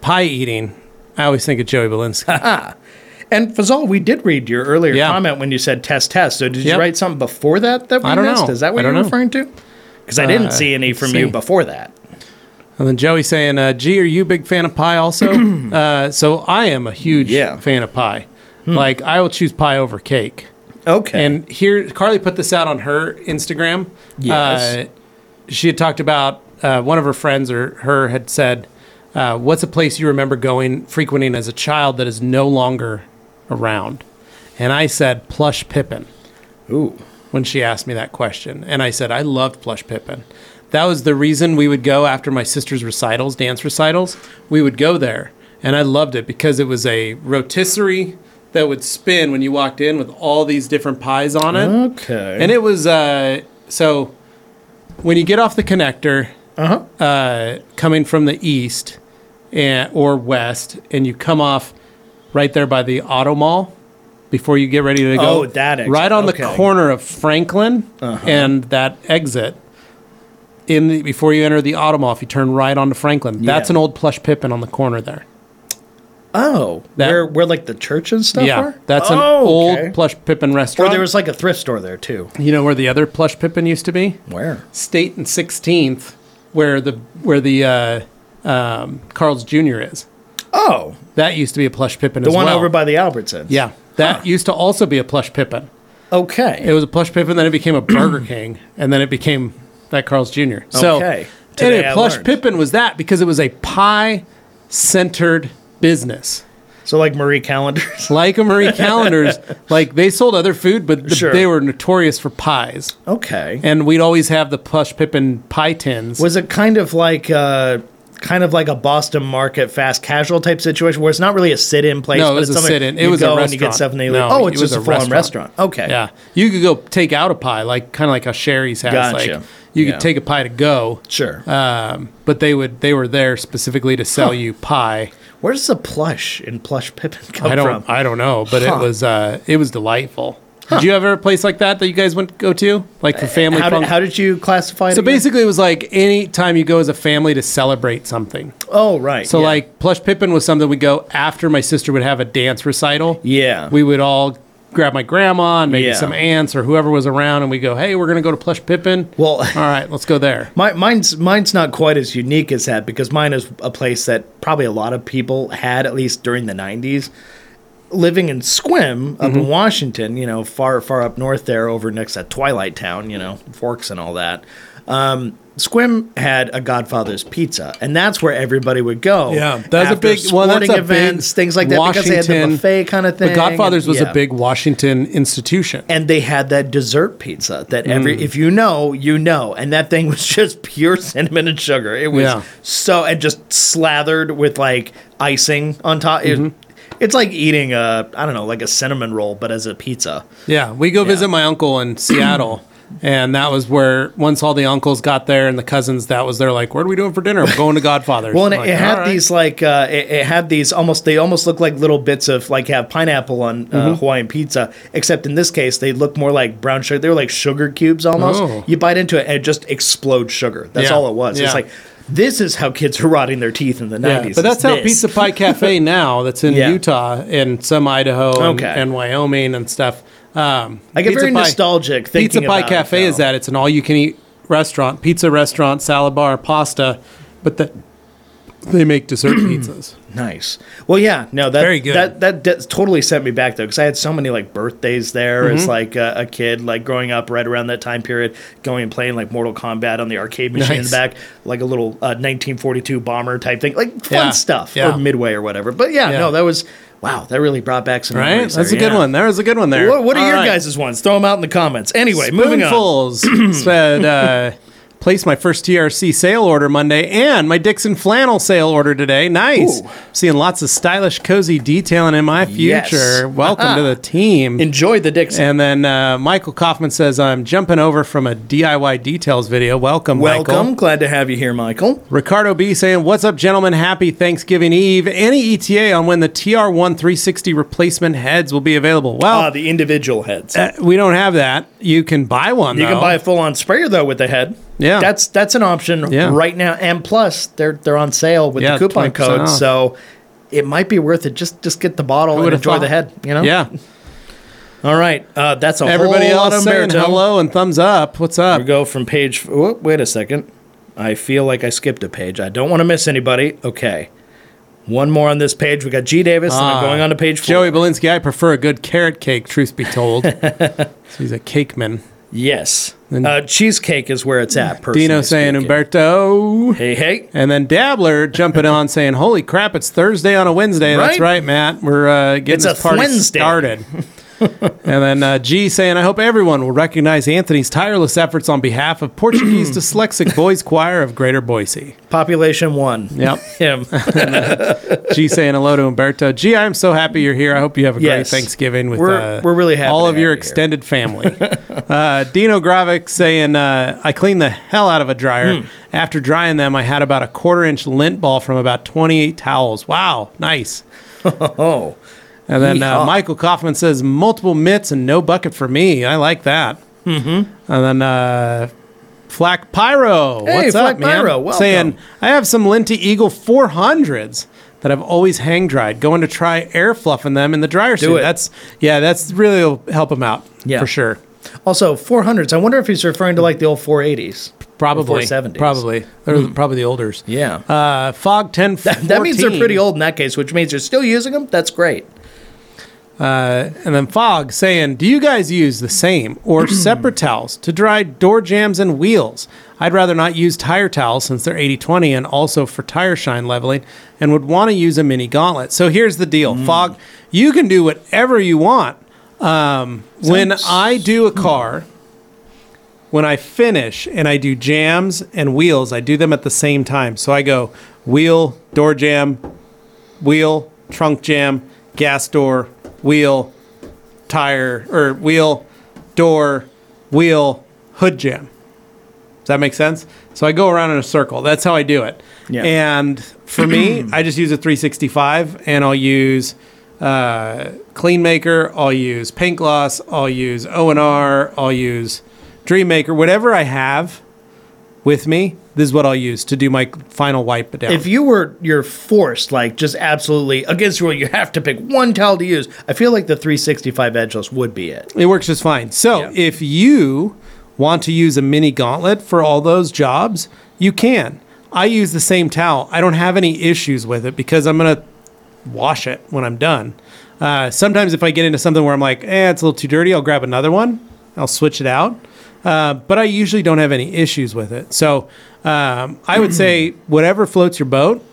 pie eating, I always think of Joey Belinsky. And Fazal, we did read your earlier Yeah. comment when you said test test. So did Yep. you write something before that that we I don't missed? know. Is that I what don't you're know. Uh, referring to? Because I didn't see any from you see. before that. and then Joey saying, uh, G, are you a big fan of pie also? uh, so I am a huge Yeah. Hmm. fan of pie. Like, I will choose pie over cake. Okay. And here, Carly put this out on her Instagram. Yes. Uh, she had talked about uh, one of her friends or her had said, uh, What's a place you remember going, frequenting as a child that is no longer around? And I said, Plush Pippin Ooh. when she asked me that question. And I said, I loved Plush Pippin. That was the reason we would go after my sister's recitals, dance recitals. We would go there. And I loved it because it was a rotisserie that would spin when you walked in with all these different pies on it. Okay. And it was uh, so when you get off the connector, uh-huh. uh, coming from the east and, or west, and you come off right there by the auto mall before you get ready to go. Oh, that exit, right on the okay. Uh-huh. corner of Franklin and that exit. In the, before you enter the auto mall, if you turn right onto Franklin, that's Yeah. an old plush Pippin on the corner there. Oh, That- where where like the church and stuff yeah, are? that's an Oh, old okay. plush Pippin Or restaurant. there was like a thrift store there too. you know where the other plush Pippin used to be? Where? State and Sixteenth, where the where the uh, um, Carl's Jr. is. Oh, That used to be a plush Pippin. the as one well. over by the Albertsons. Yeah, that used to also be a plush Pippin. It Okay. was a plush Pippin, then it became a Burger King, and then it became that Carl's Jr. So, Okay. Today anyway, I plush learned. Pippin was that because it was a pie centered business. So like Marie Callender's. Like a Marie Callender's, like they sold other food, but the, Sure. they were notorious for pies. Okay. And we'd always have the plush pippin pie tins. Was it kind of like uh kind of like a Boston market fast casual type situation where it's not really a sit in place, No, it but was it's a something sit-in. It you was a go and you get restaurant. stuff and they No, leave. Oh, it it's was just a a full on restaurant. restaurant. Okay. yeah, you could go take out a pie, like kind of like a Sherry's has. Gotcha. Like you could Yeah. take a pie to go, Sure. um, but they would they were there specifically to sell you pie. Where does the plush and plush pippin come I don't from? I don't know, but Huh. it was uh, it was delightful. Did you ever have a place like that that you guys went go to, like for family? Uh, how, fun- did, how did you classify it? so again? basically, it was like any time you go as a family to celebrate something. Oh right. So yeah. like plush pippin was something we go after my sister would have a dance recital. Yeah. we would all grab my grandma and maybe Yeah. some aunts or whoever was around, and we go, "Hey, we're gonna go to Plush Pippin." Well- all right, let's go there. My, mine's mine's not quite as unique as that because mine is a place that probably a lot of people had at least during the '90s. Living in Squim up Mm-hmm. in Washington, you know, far far up north there, over next to Twilight Town, you know, Forks and all that. Um, Squim had a Godfather's Pizza, and that's where everybody would go. Yeah, that's a after big well. That's sporting a events, big things like that, because they had Washington- the buffet kind of thing. The Godfather's was Yeah a big Washington institution. and they had that dessert pizza that every if you know you know and that thing was just pure cinnamon and sugar it was Yeah. so and just slathered with like icing on top It- it's like eating a i don't know like a cinnamon roll but as a pizza Yeah, we go visit my uncle in Seattle. And that was where once all the uncles got there and the cousins, that was their like, what are we doing for dinner? We're going to Godfather's. well and I'm it, it like, had "All right." these like uh it, it had these almost they almost look like little bits of like have pineapple on uh, Mm-hmm. hawaiian pizza except in this case they look more like brown sugar they were like sugar cubes almost Oh. you bite into it and it just explodes sugar that's Yeah. all it was Yeah. it's like this is how kids are rotting their teeth in the 90s. Yeah, but that's It's how this. Pizza Pie Cafe now, that's in Yeah. Utah and some Idaho and, Okay. and Wyoming and stuff. Um, I get Pizza very Pie- nostalgic thinking Pizza Pie about it, Cafe is though. that it's an all-you-can-eat restaurant, pizza restaurant, salad bar, pasta, but the, they make dessert pizzas. Nice. Well, yeah, no, that Very good. That that de- totally sent me back though, because I had so many like birthdays there Mm-hmm. as like uh, a, a kid, like growing up right around that time period, going and playing like Mortal Kombat on the arcade machine in Nice. the back, like a little uh, 1942 bomber type thing, like fun Yeah, stuff, yeah. or Midway or whatever. But yeah, Yeah. no, that was wow, that really brought back some Right? memories. That's a there, good yeah. one. There was a good one there. What, what are All your right. guys' ones? Throw them out in the comments. Anyway, moving on. Spoonfuls said, uh, placed my first TRC sale order Monday and my Dixon flannel sale order today. Nice. Ooh. Seeing lots of stylish, cozy detailing in my Yes. Uh-huh. future. Welcome to the team. Enjoy the Dixie. and then uh, Michael Kaufman says, I'm jumping over from a DIY details video. Welcome, Welcome. Michael. Glad to have you here, Michael. Ricardo B saying, What's up, gentlemen? Happy Thanksgiving Eve. Any ETA on when the TR1 360 replacement heads will be available? Well, Uh, the individual heads. uh, we don't have that. You can buy one. You though. can buy a full-on sprayer though with the head. Yeah. that's that's an option Yeah. right now. And plus, they're they're on sale with Yeah, the coupon 20% code, off. so it might be worth it. Just just get the bottle and would've enjoy the thought? head. You know. Yeah. All right. Uh, that's a Everybody whole lot else of saying baritone. hello and thumbs up. What's up? We go from page. Whoop, wait a second. I feel like I skipped a page. I don't want to miss anybody. Okay. One more on this page. We got G Davis, and Ah, I'm going on to page four. Joey Belinsky, I prefer a good carrot cake, truth be told. so he's a cake man. Yes. Uh, cheesecake is where it's at. Personally Dino saying speaking. Umberto. Hey, hey. And then Dabbler jumping on saying, Holy crap, it's Thursday on a Wednesday. That's Right? right, Matt. We're uh, getting It's this a party Wednesday. started. and then uh, G saying, I hope everyone will recognize Anthony's tireless efforts on behalf of Portuguese Dyslexic Boys Choir of Greater Boise. Population one. Yep. Him. G saying hello to Umberto. G, I'm so happy you're here. I hope you have a Yes. great Thanksgiving with We're- uh, we're really happy all to of have your you here. extended family. uh, Dino Gravik saying uh, I cleaned the hell out of a dryer. Hmm. After drying them, I had about a quarter inch lint ball from about 28 towels. Wow, nice. Oh. And then uh, Yeehaw. Michael Kaufman says multiple mitts and no bucket for me. I like that. Mm-hmm. And then uh, Flack Pyro, Hey, what's Flack up, man? Pyro, welcome. Saying I have some Linty Eagle 400s that I've always hang dried. Going to try air fluffing them in the dryer Do it. That's yeah, that's really will help him out Yeah. for sure. Also, 400s. I wonder if he's referring to like the old 480s. Probably 470s. Probably they're probably the olders. Hmm. Yeah. Uh, Fog 10. that means they're pretty old in that case, which means you're still using them. That's great. Uh, and then Fog saying, Do you guys use the same or separate towels to dry door jams and wheels? I'd rather not use tire towels since they're 80 20 and also for tire shine leveling and would want to use a mini gauntlet. So here's the deal Fog, you can do whatever you want. Um, when I do a car, when I finish and I do jams and wheels, I do them at the same time. So I go wheel, door jam, wheel, trunk jam, gas door, wheel, tire, or wheel, door, wheel, hood jam. Does that make sense? So I go around in a circle. That's how I do it. Yeah. And for me, I just use a 365 and I'll use uh, Clean Maker, I'll use Paint Gloss, I'll use O&R, I'll use Dream Maker, whatever I have with me, this is what I'll use to do my final wipe down. If you were you're forced, like just absolutely against the rule, you have to pick one towel to use. I feel like the 365 edgeless would be it. It works just fine. So Yeah. if you want to use a mini gauntlet for all those jobs, you can. I use the same towel. I don't have any issues with it because I'm gonna wash it when I'm done. Uh, sometimes if I get into something where I'm like, eh, it's a little too dirty, I'll grab another one. I'll switch it out. Uh, but I usually don't have any issues with it. So um, I would say whatever floats your boat,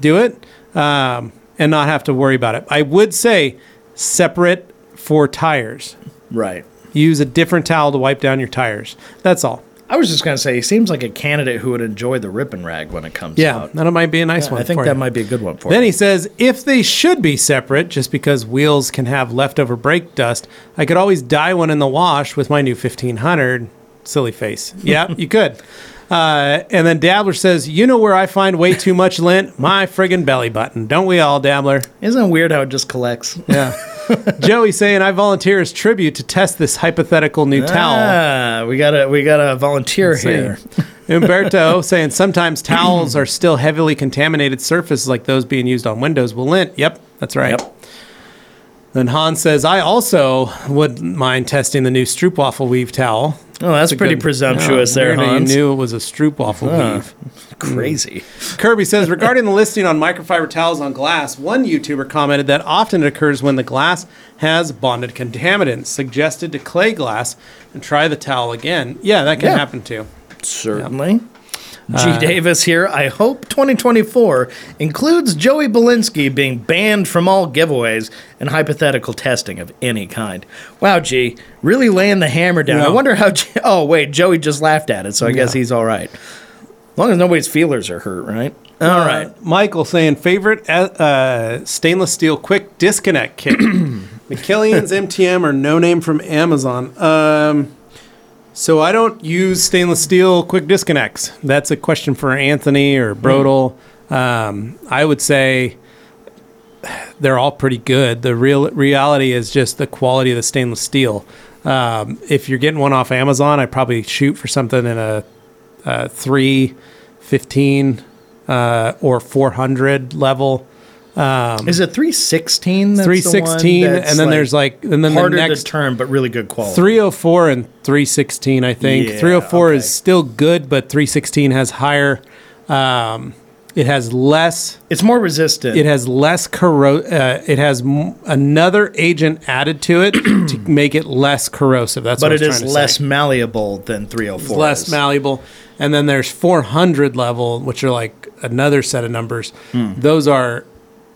do it um, and not have to worry about it. I would say separate for tires Right. use a different towel to wipe down your tires. That's all. I was just gonna say, he seems like a candidate who would enjoy the rip and rag when it comes Yeah, out. that might be a nice one. I think for that you. might be a good one for Then you. he says, if they should be separate, just because wheels can have leftover brake dust, I could always dye one in the wash with my new 1500. Silly face. Yeah, you could. Uh, and then Dabbler says, you know where I find way too much lint? My friggin' belly button. Don't we all, Dabbler? Isn't it weird how it just collects? Yeah. Joey saying, I volunteer as tribute to test this hypothetical new towel. Ah, we got a we got a volunteer here. Umberto saying sometimes towels are still heavily contaminated surfaces like those being used on windows will lint. Yep, that's right. Yep. Then Hans says, I also wouldn't mind testing the new stroopwafel weave towel. Oh, that's pretty Good- presumptuous Yeah, there, apparently Hans. You knew it was a stroopwafel weave. Crazy. Kirby says regarding the listing on microfiber towels on glass, one YouTuber commented that often it occurs when the glass has bonded contaminants. Suggested to clay glass and try the towel again. Yeah, that can Yeah. happen too. Certainly. G. Davis here. I hope 2024 includes Joey Belinsky being banned from all giveaways and hypothetical testing of any kind. Wow, G, really laying the hammer down. I Yeah. wonder how. G- oh, wait, Joey just laughed at it, so I guess he's all right. As long as nobody's feelers are hurt, right? All right. Uh, Michael saying favorite uh, stainless steel quick disconnect kit. McKillian's MTM or no name from Amazon. Um, so I don't use stainless steel quick disconnects. That's a question for Anthony or Hmm. Brodel. Um, I would say they're all pretty good. The real reality is just the quality of the stainless steel. Um, if you're getting one off Amazon, I probably shoot for something in a, a three fifteen uh, or four hundred level. Is it 316? that's the one 316 Um, and that's, then there's like and then the harder to next turn, but really good quality. 304 and 316 i think Yeah, 304 okay. is still good but 316 has higher um, it has less It's more resistant. it has less corro- uh, it has m- another agent added to it to make it less corrosive that's but what it I was is trying to less say. malleable than 304. less is. malleable and then there's 400 level which are like another set of numbers Hmm. those are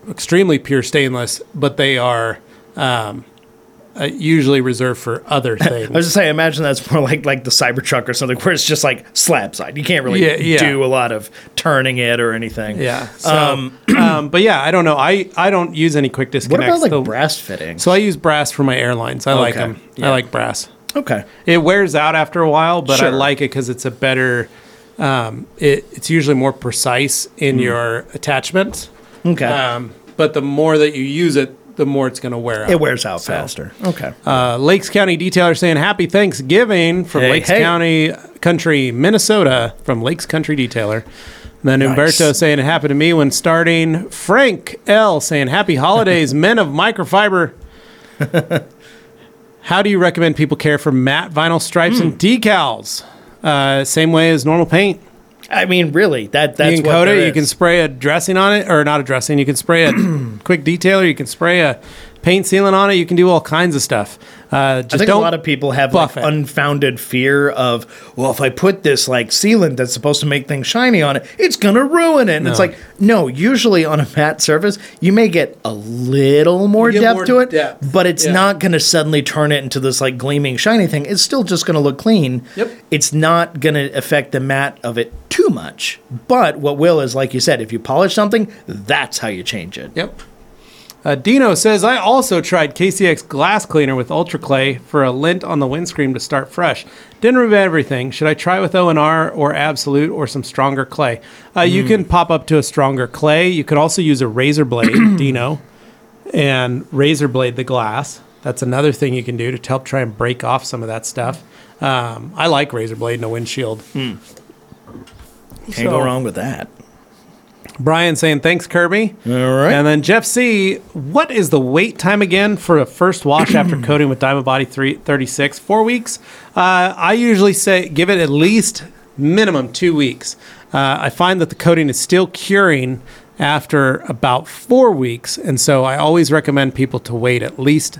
extremely pure stainless but they are um, uh, usually reserved for other things I was just saying, imagine that's more like like the Cybertruck or something, where it's just like slab side. You can't really Yeah, yeah. do a lot of turning it or anything. Yeah. So, um, but yeah, I don't know. I, I don't use any quick What disconnects. about like The- brass fitting? so I use brass for my airlines. I like Okay. them. Yeah. I like brass. okay, It wears out after a while, but I Sure. like it because it's a better. Um, it, it's usually more precise Hmm. in your attachments. okay. Um, but the more that you use it, the more it's going to wear out. it wears out faster. Okay. Uh, Lakes County Detailer saying happy Thanksgiving from Hey, Lakes hey. County, Country, Minnesota, from Lakes Country Detailer. And then Umberto saying it happened to me when starting. Frank L saying happy holidays, men of microfiber. How do you recommend people care for matte vinyl stripes Hmm. and decals? Uh, same way as normal paint. I mean, really, that that's You can what coat there it. You can is. spray a dressing on it, or not a dressing. You can spray a quick detailer. You can spray a paint sealant on it. You can do all kinds of stuff. Uh, just I think a don't. lot of people have buff like it. unfounded fear of, well, if I put this like sealant that's supposed to make things shiny on it, it's gonna ruin it. And it's No. like, no, usually on a matte surface, you may get a little more get depth more to it, depth, but it's yeah. not gonna suddenly turn it into this like gleaming shiny thing. It's still just gonna look clean. Yep. It's not gonna affect the matte of it too much. But what will is like you said, if you polish something, that's how you change it. Yep. Uh, Dino says, I also tried KCX glass cleaner with Ultra Clay for a lint on the windscreen to start fresh. Didn't remove everything. Should I try with O&R or Absolute or some stronger clay? Uh, You can pop up to a stronger clay. You could also use a razor blade, Dino, and razor blade the glass. That's another thing you can do to help try and break off some of that stuff. Um, I like razor blade in a windshield. Can't So- go wrong with that. Brian saying, thanks, Kirby. All right. And then Jeff C, what is the wait time again for a first wash after coating with Diamond Body 3, 36? Four weeks? Uh, I usually say give it at least minimum two weeks. Uh, I find that the coating is still curing after about four weeks. And so I always recommend people to wait at least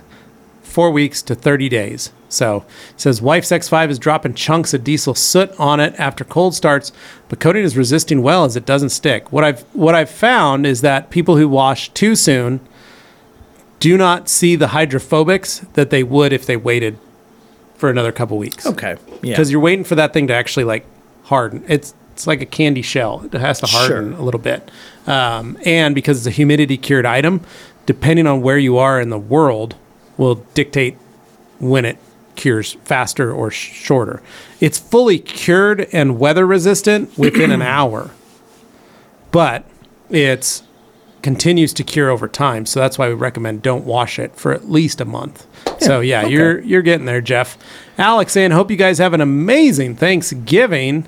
four weeks to 30 days. So it says wife's X5 is dropping chunks of diesel soot on it after cold starts, but coating is resisting well as it doesn't stick. What I've what I've found is that people who wash too soon do not see the hydrophobics that they would if they waited for another couple weeks. okay. Yeah. Because you're waiting for that thing to actually like harden. It's it's like a candy shell. It has to harden Sure. a little bit. Um, and because it's a humidity cured item, depending on where you are in the world, will dictate when it cures faster or sh- shorter. It's fully cured and weather resistant within an hour, but it's continues to cure over time. So that's why we recommend don't wash it for at least a month. so yeah, you're you're getting there, Jeff. Alex saying, hope you guys have an amazing Thanksgiving.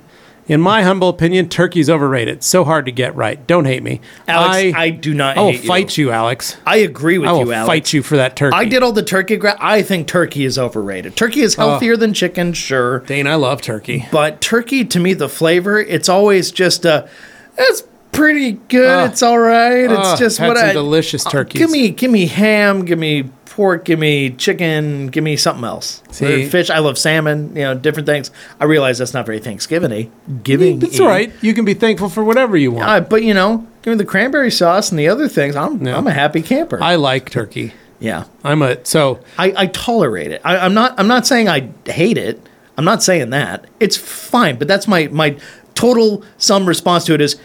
In my humble opinion, turkey's overrated. So hard to get right. Don't hate me. Alex, I, do not I will hate you. Oh, fight you, Alex. I agree with I will you, Alex. fight you for that turkey. I did all the turkey. Gra- I think turkey is overrated. Turkey is Oh. healthier than chicken, sure, Dane, I love turkey. but turkey to me, the flavor, it's always just a. That's pretty good. Ugh. it's all right. Ugh, it's just Oh. Ah, had what some I delicious Uh, turkeys. Give me, give me ham. Give me pork. Give me chicken. Give me something else. See? Fish. I love salmon. You know, different things. I realize that's not very Thanksgiving-y. Giving. It's all right. You can be thankful for whatever you want. Uh, but you know, give me the cranberry sauce and the other things. I'm, Yeah. I'm a happy camper. I like turkey. yeah. I'm a so I, I tolerate it. I, I'm not. I'm not saying I hate it. I'm not saying that. It's fine. But that's my my total sum response to it is,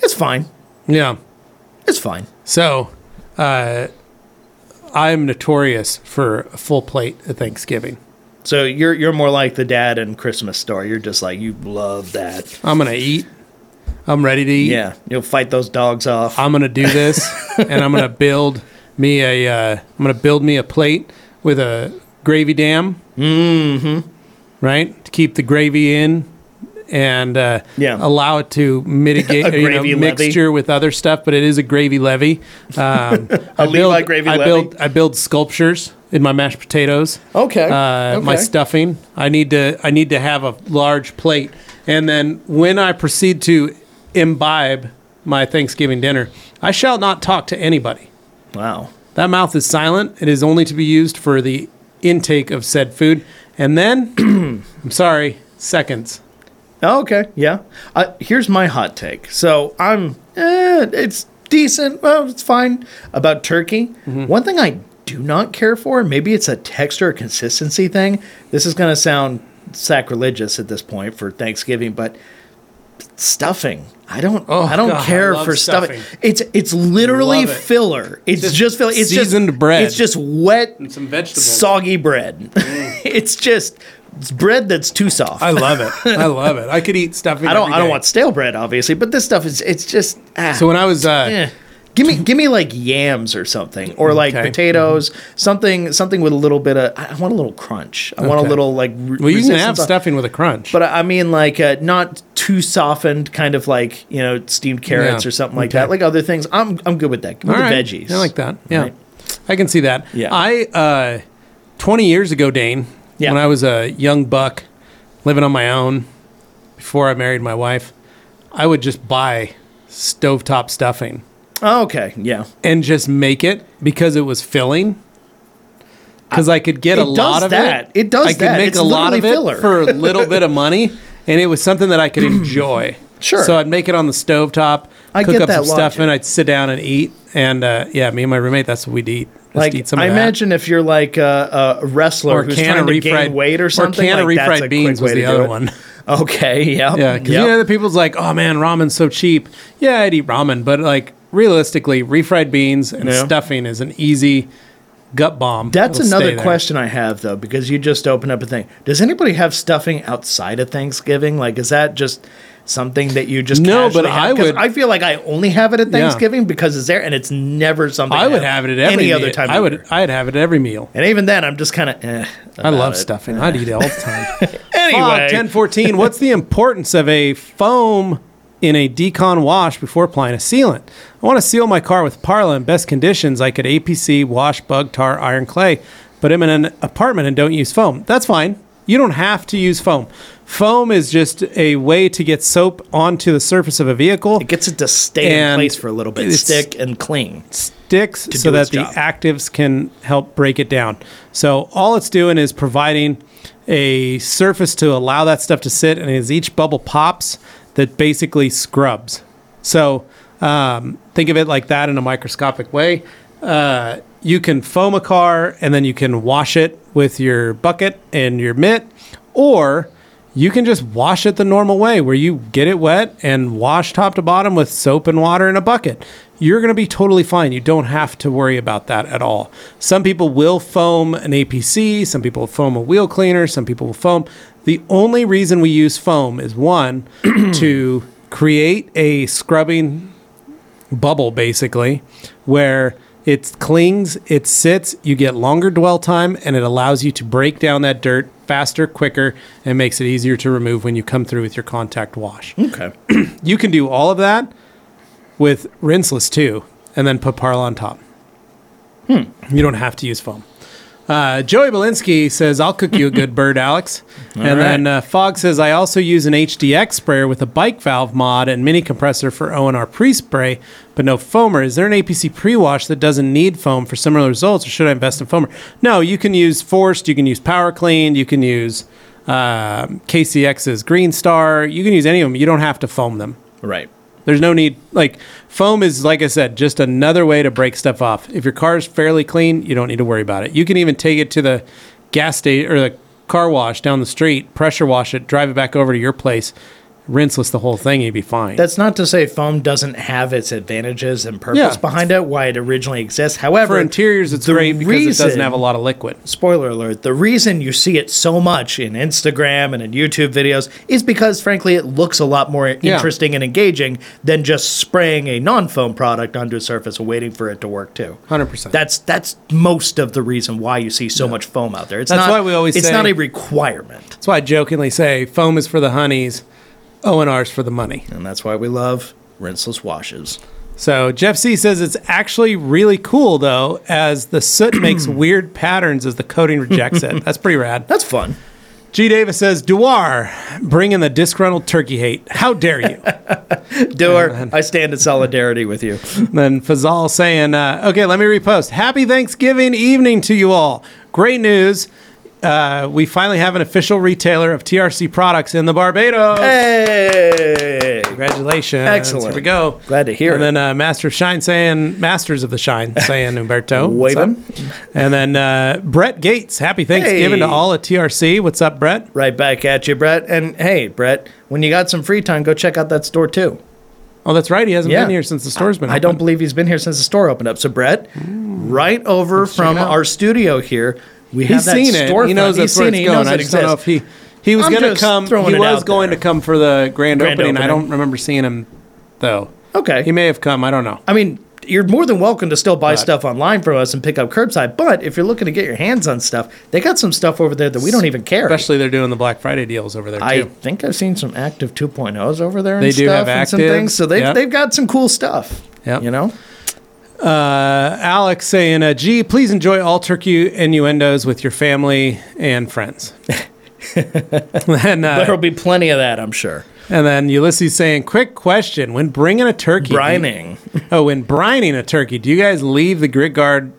it's fine. yeah. It's fine. So uh, I'm notorious for a full plate at Thanksgiving. So you're you're more like the dad in Christmas story. You're just like you love that. I'm gonna eat. I'm ready to eat. Yeah, you'll fight those dogs off. I'm gonna do this, and I'm gonna build me a. Uh, I'm gonna build me a plate with a gravy dam. Mm-hmm. Right to keep the gravy in, and uh, Yeah. allow it to mitigate A you know, gravy levy. mixture with other stuff. But it is a gravy levy. Um, I Levi gravy I levy? Oh, build. I build sculptures in my mashed potatoes. okay. Uh, my stuffing. I need to I need to have a large plate, and then when I proceed to imbibe my Thanksgiving dinner, I shall not talk to anybody. Wow. That mouth is silent. It is only to be used for the intake of said food, and then I'm sorry, seconds. Oh, okay. Yeah. Uh, here's my hot take. So I'm, eh, it's decent. Well, it's fine about turkey. Mm-hmm. One thing I do not care for, maybe it's a texture or consistency thing. This is going to sound sacrilegious at this point for Thanksgiving, but stuffing. I don't. Oh, I don't God, I care love for stuffing. stuffing. It's it's literally Love it. filler. It's just, filler. It's just- seasoned bread. It's just wet, Some vegetables. soggy bread. it's just it's bread that's too soft. Mm. I love it. I love it. I could eat stuffing. I don't. every I don't day. want stale bread, obviously, but this stuff is. It's just. Ah, So when I was uh, eh. give me, give me like yams or something, or like Okay. potatoes, something, something with a little bit of. I I want a little crunch. I want a Okay. little like. re- well, you can resistance have on- stuffing with a crunch. but I I mean, like uh, not too softened, kind of like you know steamed carrots Yeah. or something like Okay. that, like other things. I'm I'm good with that. Give me the All right. veggies. I like that. Yeah. Right. I can see that. Yeah. I uh 20 years ago, Dane, Yeah. when I was a young buck living on my own before I married my wife, I would just buy stovetop stuffing Oh, okay. Yeah. and just make it because it was filling. because I could get It a lot does of that. it. It does I could that. make It's a lot of literally it filler. for a little bit of money, and it was something that I could enjoy. Sure. So I'd make it on the stovetop, I cook get up some that stuff, logic. and I'd sit down and eat. And uh, yeah, me and my roommate, that's what we'd eat. Just Like eat some I of that. imagine if you're like uh, a, a wrestler or who's can trying of to refried gain weight or something, Or can like, of that's a refried beans quick way was to the do other it. one. Okay, yeah, Yeah, because you know the people's like, oh man, ramen's so cheap. Yeah, I'd eat ramen, but like realistically, refried beans and Yeah. stuffing is an easy gut bomb. That's It'll stay another there. question I have though, because you just opened up a thing. Does anybody have stuffing outside of Thanksgiving? Like, is that just something that you just No, but casually have? I 'Cause would- I feel like I only have it at Thanksgiving because it's there, and it's never something I would have it at every any meal. other time. I of would. year. I'd have it at every meal. and even then, I'm just kind of. Eh, I love about it. stuffing. I'd eat it all the time. Anyway, ten fourteen. What's the importance of a foam in a decon wash before applying a sealant? I want to seal my car with Parla in best conditions. I could APC, wash, bug, tar, iron, clay, but I'm in an apartment and don't use foam. That's fine. You don't have to use foam. Foam is just a way to get soap onto the surface of a vehicle. it gets it to stay in And place for a little bit, it's- stick and cling. sticks so do that its the job. actives can help break it down. So all it's doing is providing a surface to allow that stuff to sit, and as each bubble pops, that basically scrubs. So um, think of it like that in a microscopic way. Uh, you can foam a car, and then you can wash it with your bucket and your mitt, or you can just wash it the normal way where you get it wet and wash top to bottom with soap and water in a bucket. You're going to be totally fine. You don't have to worry about that at all. Some people will foam an APC, some people foam a wheel cleaner, some people will foam. The only reason we use foam is one, to create a scrubbing bubble basically where it clings, it sits, you get longer dwell time, and it allows you to break down that dirt faster, quicker, and makes it easier to remove when you come through with your contact wash. Okay. You can do all of that with rinseless too, and then put Parla on top. You don't have to use foam. Uh, Joey Belinsky says, I'll cook you a good bird, Alex. and then uh, Fogg says, I also use an HDX sprayer with a bike valve mod and mini compressor for ONR pre spray, but no foamer. Is there an APC pre wash that doesn't need foam for similar results, or should I invest in foamer? No, you can use Forced, you can use Power Clean, you can use um, KCX's Green Star, you can use any of them. You don't have to foam them. Right. There's no need. Like foam is, like I said, just another way to break stuff off. If your car's fairly clean, you don't need to worry about it. You can even take it to the gas station or the car wash down the street, pressure wash it, drive it back over to your place, rinseless the whole thing, you'd be fine. That's not to say foam doesn't have its advantages and purpose Yeah. behind it, why it originally exists. However, for interiors, it's the great because it doesn't reason- have a lot of liquid. spoiler alert, the reason you see it so much in Instagram and in YouTube videos is because, frankly, it looks a lot more interesting and engaging than just spraying a non foam product onto a surface and waiting for it to work too. 100%. That's that's most of the reason why you see so much foam out there. It's That's not, why we always it's say- not a requirement, That's why I jokingly say foam is for the honeys, O&R's for the money. and that's why we love rinseless washes. So Jeff C says it's actually really cool though, as the soot makes weird patterns as the coating rejects it. That's pretty rad. That's fun. G. Davis says, Duar, bring in the disgruntled turkey hate. How dare you? Doer, I stand in solidarity with you. And then Fazal saying, uh, okay, let me repost. Happy Thanksgiving evening to you all. Great news. Uh, we finally have an official retailer of TRC products in the Barbados. Hey, Congratulations. Excellent. Here we go. Glad to hear And it. then uh, Master of Shine saying, Masters of the Shine saying, Umberto. Wave what's up? him. And then uh, Brett Gates, happy Thanksgiving to Hey. all at TRC. What's up, Brett? right back at you, Brett. And hey, Brett, when you got some free time, go check out that store too. Oh, that's right. He hasn't Yeah. been here since the store's been I don't open. believe he's been here since the store opened up. So Brett, right over from Mm. it out. our studio here, we He's have seen that it. storefront. He knows that's where it's it. going. knows I it just don't know if exists. he he was I'm going to just come. throwing He it was out going there. to come for the grand, Grand opening. I opening. don't remember seeing him though. Okay. He may have come. I don't know. I mean, you're more than welcome to still buy stuff online from us and pick up curbside. But if you're looking to get your hands on stuff, they got some stuff over there that we don't even care. Especially they're doing the Black Friday deals over there I too. think I've seen some active 2.0s over there. And They stuff do have and some actives, things. So they've yep. they've got some cool stuff. Yep. You know. Uh, Alex saying, uh, "Gee, please enjoy all turkey innuendos with your family and friends." and, There'll uh, be plenty of that, I'm sure. and then Ulysses saying, "Quick question: When bringing a turkey, do you- Brining. Oh, when brining a turkey, do you guys leave the grit guard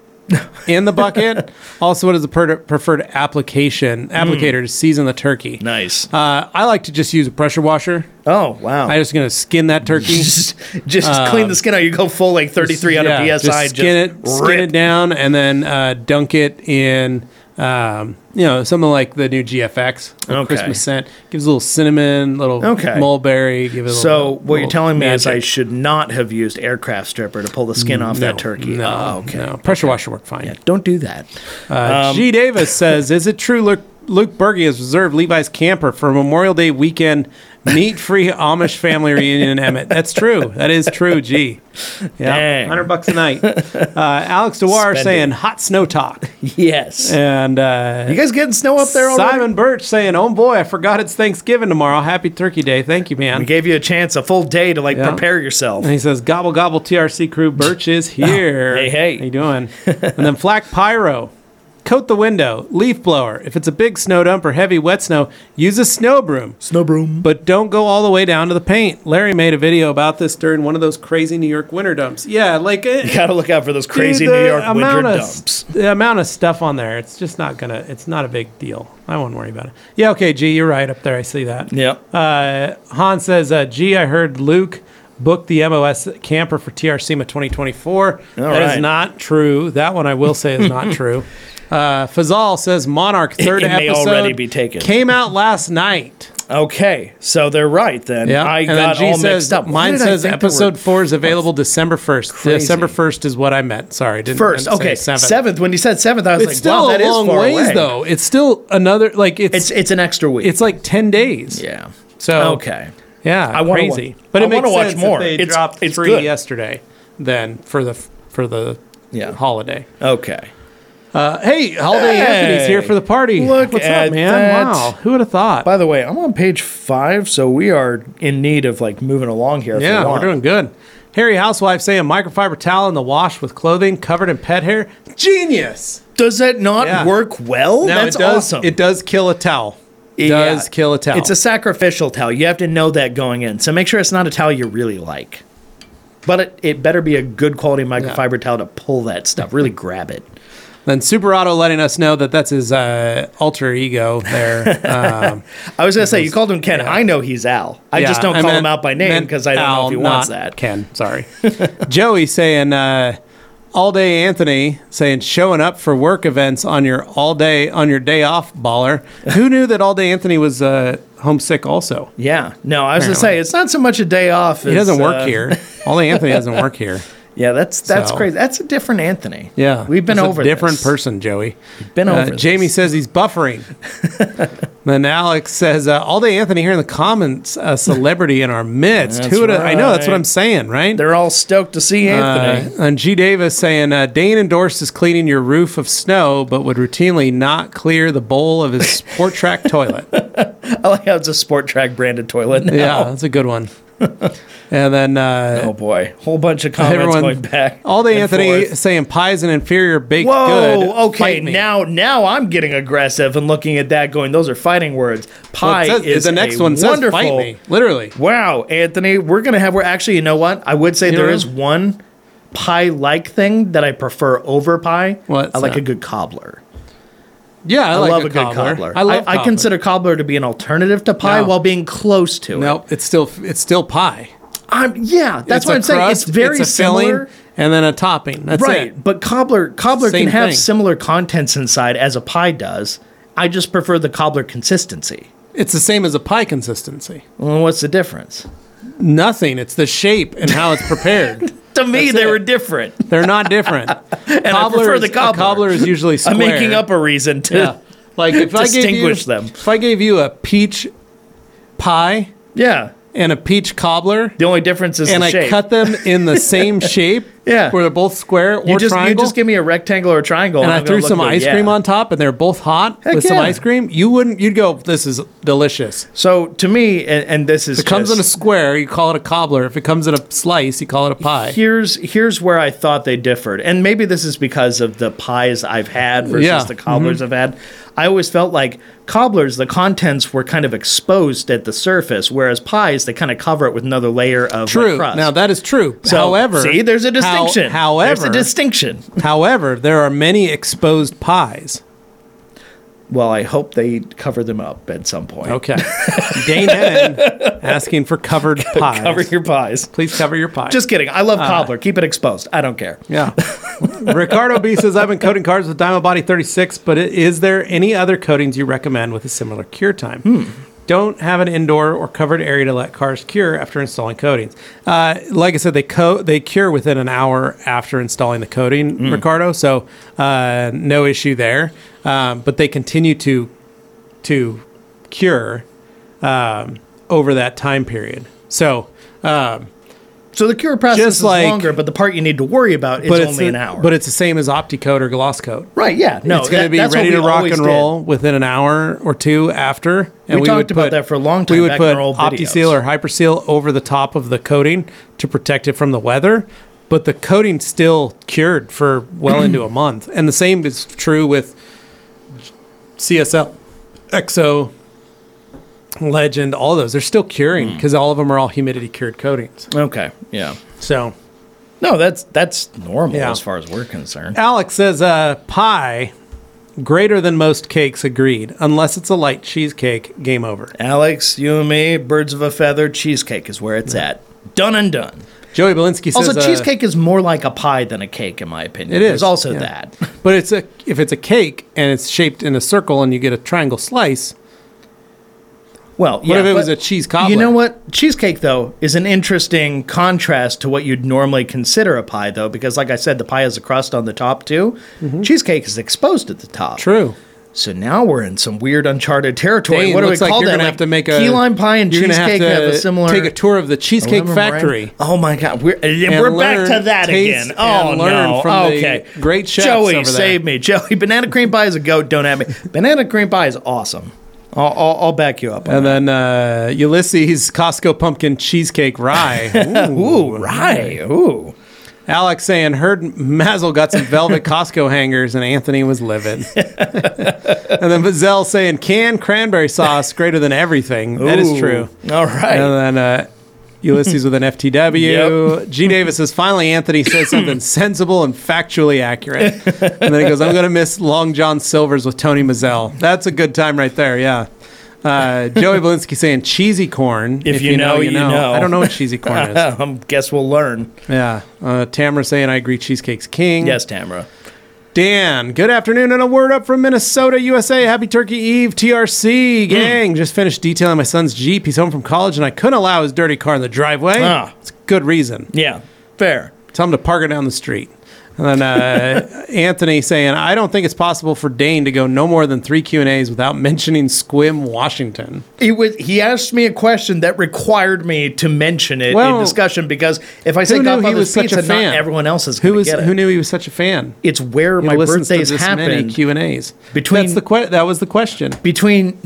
in the bucket. also, what is the per- preferred application Hmm. applicator to season the turkey? Nice. Uh, I like to just use a pressure washer. oh wow. I'm just gonna skin that turkey. just just clean the skin out. You go full like 3,300 Um, Yeah, psi. Just skin it, just skin rip. it down, and then uh, dunk it in. Um, you know, something like the new GFX little Okay. Christmas scent gives a little cinnamon, little Okay. mulberry. Give it a So little, what you're little telling me is I magic. should not have used aircraft stripper to pull the skin off that No, turkey. No, Oh, okay. no. pressure washer worked fine. Don't do that. Um, Uh, G. Davis says, "Is it true Luke Luke Berge has reserved Levi's camper for Memorial Day weekend meat-free Amish family reunion in Emmett? That's true. That is true. G. Yeah, Dang. hundred bucks a night. Uh, Alex Dewar Spend it. saying hot snow talk, Yes. and uh, you guys getting snow up there already? Simon Birch saying, "Oh boy, I forgot it's Thanksgiving tomorrow. Happy Turkey Day. Thank you, man." We gave you a chance, a full day to like Yeah. Eh. prepare yourself. And he says, "Gobble gobble, TRC crew. Birch is here. Oh, Hey, hey. how you doing?" and then Flack Pyro, coat the window, leaf blower. If it's a big snow dump or heavy wet snow, use a snow broom, Snow broom. but don't go all the way down to the paint. Larry made a video about this during one of those crazy New York winter dumps. Yeah, like eh, You gotta look out for those dude, crazy the New York winter amount of- dumps. The amount of stuff on there, it's just not gonna. It's not a big deal. I won't worry about it. Yeah, okay, G, you're right up there. I see that. Yep. Uh, Han says, uh, "Gee, I heard Luke booked the MOS camper for TRCMA 2024. That is right. not true. That one I will say is not true." Uh, Fazal says, "Monarch third it may episode already be taken. came out last night. Okay, so they're right then. Yeah, I and then got G all says, mixed up. Why Mine did I says think they were episode four is available December first. Crazy. December first is what I meant. Sorry, I didn't first? meant to say Okay, seventh. seventh. When you said seventh, I was It's like, still wow, a that is long far ways away. though. It's still another like it's It's it's, it's an extra week. like ten days. yeah. So okay. Yeah, I wanna wa- crazy. but I it makes wanna watch sense more. If they It's- dropped it's three good. yesterday, then for the for the Yeah. holiday. Okay. Uh, hey, holiday Hey! Anthony's here for the party. Look What's at up, man? that. Wow, who would have thought? By the way, I'm on page five, so we are in need of like moving along here. if yeah, you we're want. doing good. Harry housewife saying microfiber towel in the wash with clothing covered in pet hair. Genius. Does that not Yeah. work well? Now, That's it does, awesome. It does kill a towel. It Yeah. does kill a towel. It's a sacrificial towel. You have to know that going in. So make sure it's not a towel you really like. But it, it better be a good quality microfiber towel to pull that stuff, really grab it. then Super Auto letting us know that that's his uh, alter ego there. Um, I was going to say, you called him Ken. I know he's Al. I just Yeah, don't call meant- him out by name meant because I don't know Al, if he wants not that. Ken, sorry. Joey saying, uh, all day Anthony saying, showing up for work events on your all day, on your day off baller. Who knew that all day Anthony was uh, homesick also? Yeah. No, I was going to say, Apparently. it's not so much a day off. He doesn't work uh, here. All day Anthony doesn't work here. Yeah, that's that's So- crazy. That's a different Anthony. Yeah. We've been That's over a different this. person, Joey. Been Uh, over. Jamie this. says he's buffering. then Alex says, uh, "All day Anthony here in the comments, a celebrity in our midst. That's Who? would've- I know that's what right. I'm saying, right? they're all stoked to see Anthony. Uh, and G. Davis saying uh, Dane endorses cleaning your roof of snow, but would routinely not clear the bowl of his sport track toilet. I like how it's a sport track branded toilet now. Yeah, that's a good one. And then uh, Oh boy, whole bunch of comments going everyone, back. all day and Anthony forth. saying pie is an inferior baked Whoa, good. okay, Fight me. now now I'm getting aggressive and looking at that, going, those are fighting words. Well, it Pie says- is the next a one says wonderful. fight me, literally. Wow, Anthony, we're gonna have. We're actually, you know what? I would say You there know? is one pie-like thing that I prefer over pie. What's I like that? a good cobbler. Yeah, I, I, like love a, a, cobbler. good cobbler. I love. I, cobbler. consider cobbler to be an alternative to pie No. while being close to it. No, it's still it's still pie. I'm, yeah, that's It's what a I'm saying. It's crust, very a filling, similar. and then a topping. That's right, it. but cobbler cobbler Same can have thing. similar contents inside as a pie does. I just prefer the cobbler consistency. It's the same as a pie consistency. Well, what's the difference? Nothing. It's the shape and how it's prepared. To me, That's they it. were different. They're not different. and I prefer the cobbler. cobbler is usually square. I'm making up a reason to. Yeah. Yeah. Like if I gave you, Distinguish them. If I gave you a peach pie and a peach cobbler, The only difference is and the I shape. cut them in in the same shape, Yeah. where they're both square or you just triangle, you just give me a rectangle or a triangle, and I I'm gonna threw look some and go, ice cream yeah. on top, and they're both hot Heck with some yeah. ice cream, you wouldn't. You'd go, "This is delicious." So to me, and, and this is If it comes just- in a square, you call it a cobbler. If it comes in a slice, you call it a pie. Here's here's where I thought they differed, and maybe this is because of the pies I've had versus Yeah, Mm-hmm. the cobblers I've had. I always felt like cobblers, the contents were kind of exposed at the surface, whereas pies they kind of cover it with another layer of like, True. crust. Now that is true. So, However, see, there's a distinction distinction. How- There's however- a distinction. However, there are many exposed pies. Well, I hope they cover them up at some point. Okay. Dane Hennon asking for covered pies. Cover your pies. Please cover your pies. Just kidding. I love cobbler. Keep it exposed. I don't care. Yeah. Ricardo B says, I've been coating cards with Diamond Body 36, but i- is there any other coatings you recommend with a similar cure time? Hmm. Don't have an indoor or covered area to let cars cure after installing coatings. Uh, like I said, they co- they cure within an hour after installing the coating, Hmm. Ricardo. So uh, no issue there. Um, but they continue to to cure um, over that time period. So So the cure process Just is like- longer, but the part you need to worry about is but only the- an hour. But it's the same as OptiCoat or Gloss Coat. right, yeah. No, it's going to that- be that's what ready we to rock always and did. roll within an hour or two after. And We talked about that for a long time We would back in put our old OptiSeal videos. or HyperSeal over the top of the coating to protect it from the weather, but the coating still cured for well into a month. And the same is true with CSL, XO, Legend, all those. They're still Hmm. curing because all of them are all humidity cured coatings. Okay, yeah. So No, that's that's normal Yeah. as far as we're concerned. Alex says, uh, pie greater than most cakes agreed unless it's a light cheesecake game over Alex, you and me, birds of a feather, cheesecake is where it's at. Done and done. joey belinsky says Also, uh, cheesecake is more like a pie than a cake, in my opinion. It is, There's also yeah. that. but it's a if it's a cake and it's shaped in a circle and you get a triangle slice Well, what if it was but a cheese cobbler You know what? Cheesecake, though, is an interesting contrast to what you'd normally consider a pie, though, because, like I said, the pie has a crust on the top, too. Mm-hmm. Cheesecake is exposed at the top. true So now we're in some weird uncharted territory. Dane, what do we looks like call you're that? gonna Like, have to make a key lime pie and you're gonna have cheesecake to have, a similar. take a tour of the cheesecake lemon factory meringue? Oh my god, we're and And we're back to learn- that taste again. Oh and learn no, from the okay, great chefs Joey, over there. save me, Joey. Banana cream pie is a goat. Don't have me. Banana cream pie is awesome. I'll, I'll, I'll back you up. On and then uh, ulysses costco pumpkin cheesecake rye Ooh. that. Ooh, right. Ooh. Alex saying, heard Mazel got some velvet Costco hangers, and Anthony was livid. and then Bazell saying, canned cranberry sauce greater than everything. That is Ooh. true. All right. And then uh, Ulysses with an FTW. G. Davis says, finally, Anthony says something sensible and factually accurate. And then he goes, I'm going to miss Long John Silver's with Tony Mazzell. That's a good time right there. Yeah. Uh, Joey Belinsky saying cheesy corn. If you know, you know. I don't know what cheesy corn is. um, guess we'll learn. Yeah. Uh, Tamara saying, I agree, Cheesecake's king. Yes, Tamara. Dan, good afternoon and a word up from Minnesota, USA. Happy Turkey Eve, Mm. TRC, gang. Just finished detailing my son's Jeep. He's home from college and I couldn't allow his dirty car in the driveway. Ah. It's a good reason. Yeah, fair. Tell him to park it down the street. And then uh, Anthony saying, I don't think it's possible for Dane to go no more than three Q&As without mentioning Squim Washington. It was. He asked me a question that required me to mention it Well, in discussion because if I say who knew he Godfather's was such a Pizza, fan? not everyone else is Who, going is, to get it. who knew he was such a fan? It's where He my listens to birthdays this many happened Q&As. between- That's the que- that was the question. between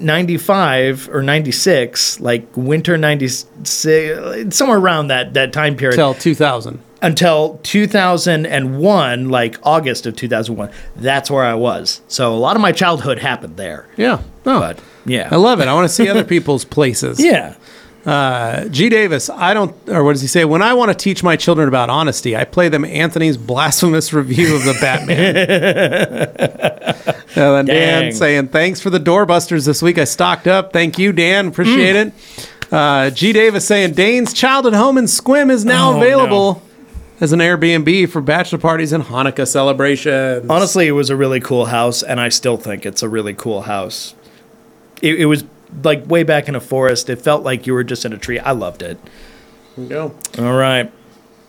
1995 or 96, like winter 96, somewhere around that that time period, Till 2000. until 2001, like August of 2001. That's where I was. So a lot of my childhood happened there. Yeah. No. But yeah, I love it. I want to see other people's places. yeah. G. Davis, I don't, or what does he say? When I want to teach my children about honesty, I play them Anthony's blasphemous review of the Batman. and then Dan Dang. saying, thanks for the doorbusters this week. I stocked up. Thank you, Dan. Appreciate Mm. it. Uh, G. Davis saying, Dane's childhood home in Squim is now Oh, available as an Airbnb for bachelor parties and Hanukkah celebrations. Honestly, it was a really cool house, and I still think it's a really cool house. It, it was like way back in a forest. It felt like you were just in a tree. I loved it. Go. All right.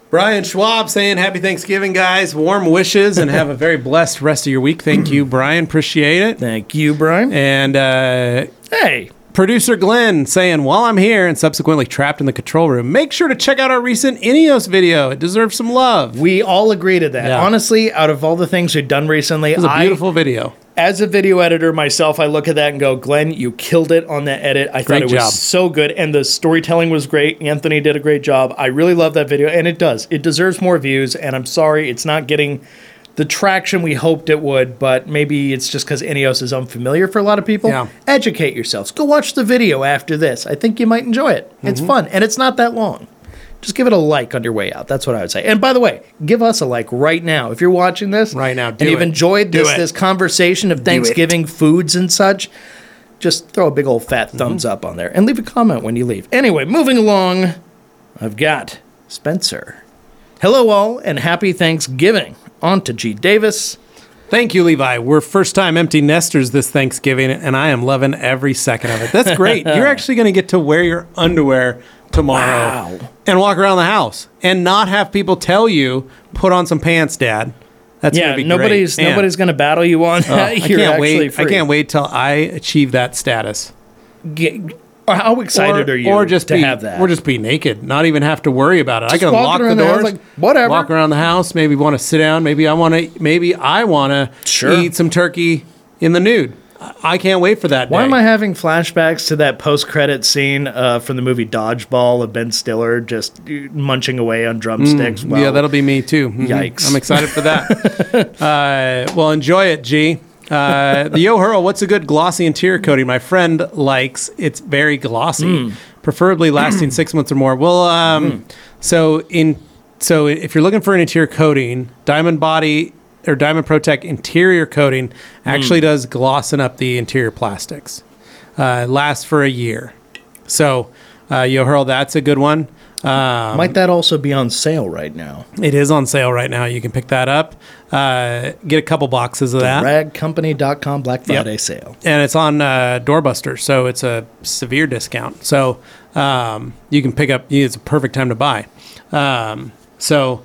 Brian Schwab saying happy Thanksgiving, guys. Warm wishes and have a very blessed rest of your week. Thank you, Brian. Appreciate it. Thank you, Brian. And uh, Hey. producer Glenn saying, while I'm here and subsequently trapped in the control room, make sure to check out our recent Ineos video. It deserves some love. It We all agree to that. Yeah. Honestly, out of all the things we've done recently, was a I, beautiful video. as a video editor myself, I look at that and go, Glenn, you killed it on that edit. I Great thought it job. was so good. And the storytelling was great. Anthony did a great job. I really love that video. And it does. It deserves more views. And I'm sorry it's not getting the traction we hoped it would, but maybe it's just because Ineos is unfamiliar for a lot of people. Yeah. Educate Mm-hmm. yourselves. Go watch the video after this. I think you might enjoy it. It's fun. And it's not that long. just give it a like on your way out. That's what I would say. And by the way, give us a like right now if you're watching this Right now, do and you've it. enjoyed Do this it. this conversation of Thanksgiving foods and such. Just throw a big old fat Mm-hmm. thumbs up on there and leave a comment when you leave. Anyway, moving along, I've got Spencer. Hello, all, and happy Thanksgiving. On to G. Davis. Thank you, Levi. We're first time empty nesters this Thanksgiving, and I am loving every second of it. That's great. You're actually going to get to wear your underwear tomorrow Wow. and walk around the house and not have people tell you, put on some pants, Dad. That's going Yeah, to be nobody's great. Man, nobody's going to battle you on that. I You're can't actually wait. free. I can't wait till I achieve that status. Get- how excited or, are you or just to be, have that? Or just be naked, not even have to worry about it. I can walk lock the around the house doors, like, whatever. Walk around the house. Maybe want to sit down. Maybe I want to. Maybe I want to Sure. eat some turkey in the nude. I I can't wait for that. Why day. am I having flashbacks to that post-credit scene uh, from the movie Dodgeball of Ben Stiller just uh, munching away on drumsticks? while- Mm, Yeah, that'll be me too. Mhm. Yikes. I'm excited for that. uh, well, enjoy it, G. Uh, the Yo Hurl, what's a good glossy interior coating? My friend likes it's very glossy, preferably lasting six months or more. Well, um, so in so if you're looking for an interior coating, Diamond Body or Diamond Protect interior coating actually does glossing up the interior plastics. Uh, lasts for a year. So, uh, Yo Hurl, that's a good one. Um, Might that also be on sale right now? It is on sale right now. You can pick that up. Uh, get a couple boxes of that. Ragcompany.com Black Friday sale. And it's on uh, Doorbuster, so it's a severe discount. So um, you can pick up, it's a perfect time to buy. Um, so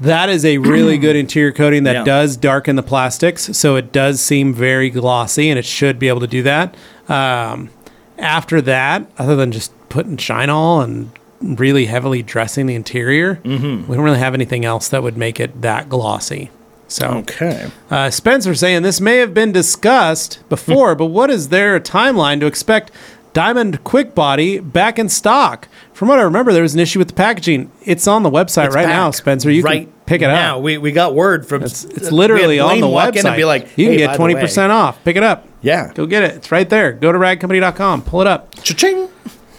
that is a really good interior coating that Yeah. does darken the plastics. So it does seem very glossy, and it should be able to do that. Um, after that, other than just putting shine all and really heavily dressing the interior, we don't really have anything else that would make it that glossy. So Okay. uh, Spencer saying this may have been discussed before, but what is there a timeline to expect Diamond Quick Body back in stock? From what I remember, there was an issue with the packaging. It's on the website It's right now, back Spencer. You right can pick it now. up. We, we got word from It's, it's literally on the website. And be like, you "Hey, can by get the way." twenty percent off. Pick it up. Yeah. Go get it. It's right there. Go to ragcompany.com. Pull it up. Cha-ching.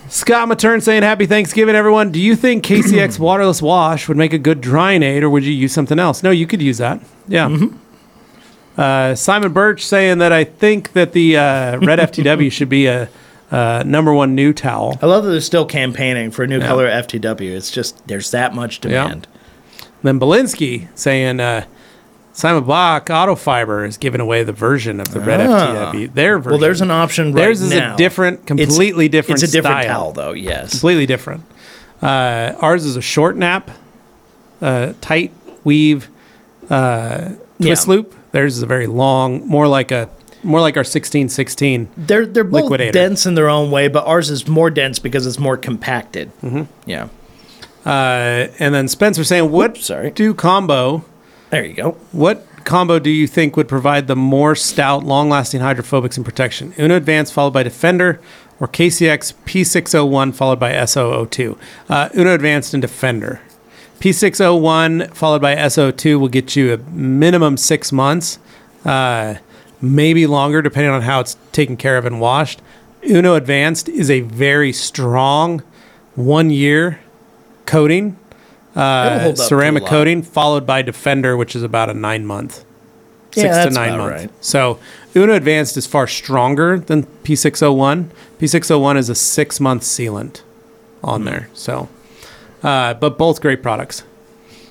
Scott Matern saying, Happy Thanksgiving, everyone. Do you think KCX waterless wash would make a good drying aid or would you use something else? No, you could use that. Yeah. Mm-hmm. Uh, Simon Birch saying that I think that the uh, Red FTW should be a uh, number one new towel. I love that they're still campaigning for a new color FTW. It's just there's that much demand. Then Belinsky saying, uh, Simon Bach Auto Fiber is giving away the version of the Red Ah. FTW. Their version. Well, there's an option right Theirs is a now. different- It's- completely different It's a different style. towel, though. Yes. completely different. Uh, ours is a short nap, uh, tight weave, uh, twist Yeah. loop. Theirs is a very long, more like a more like our sixteen sixteen. They're they're both Liquidator. dense in their own way, but ours is more dense because it's more compacted. Mm-hmm. Yeah. Uh, and then Spencer saying, "What Oops, sorry. do combo? There you go. What combo do you think would provide the more stout, long lasting hydrophobics and protection? Uno Advance followed by Defender." Or KCX P601 followed by SO02. Uh, Uno Advanced and Defender. P601 followed by SO2 will get you a minimum six months, uh, maybe longer, depending on how it's taken care of and washed. Uno Advanced is a very strong one year coating, It'll uh, hold up to ceramic a lot. coating, followed by Defender, which is about a nine month, Yeah, six to that's nine about month. right. So Uno Advanced is far stronger than P601. P601 is a six month sealant on Hmm. there. So, uh, but both great products.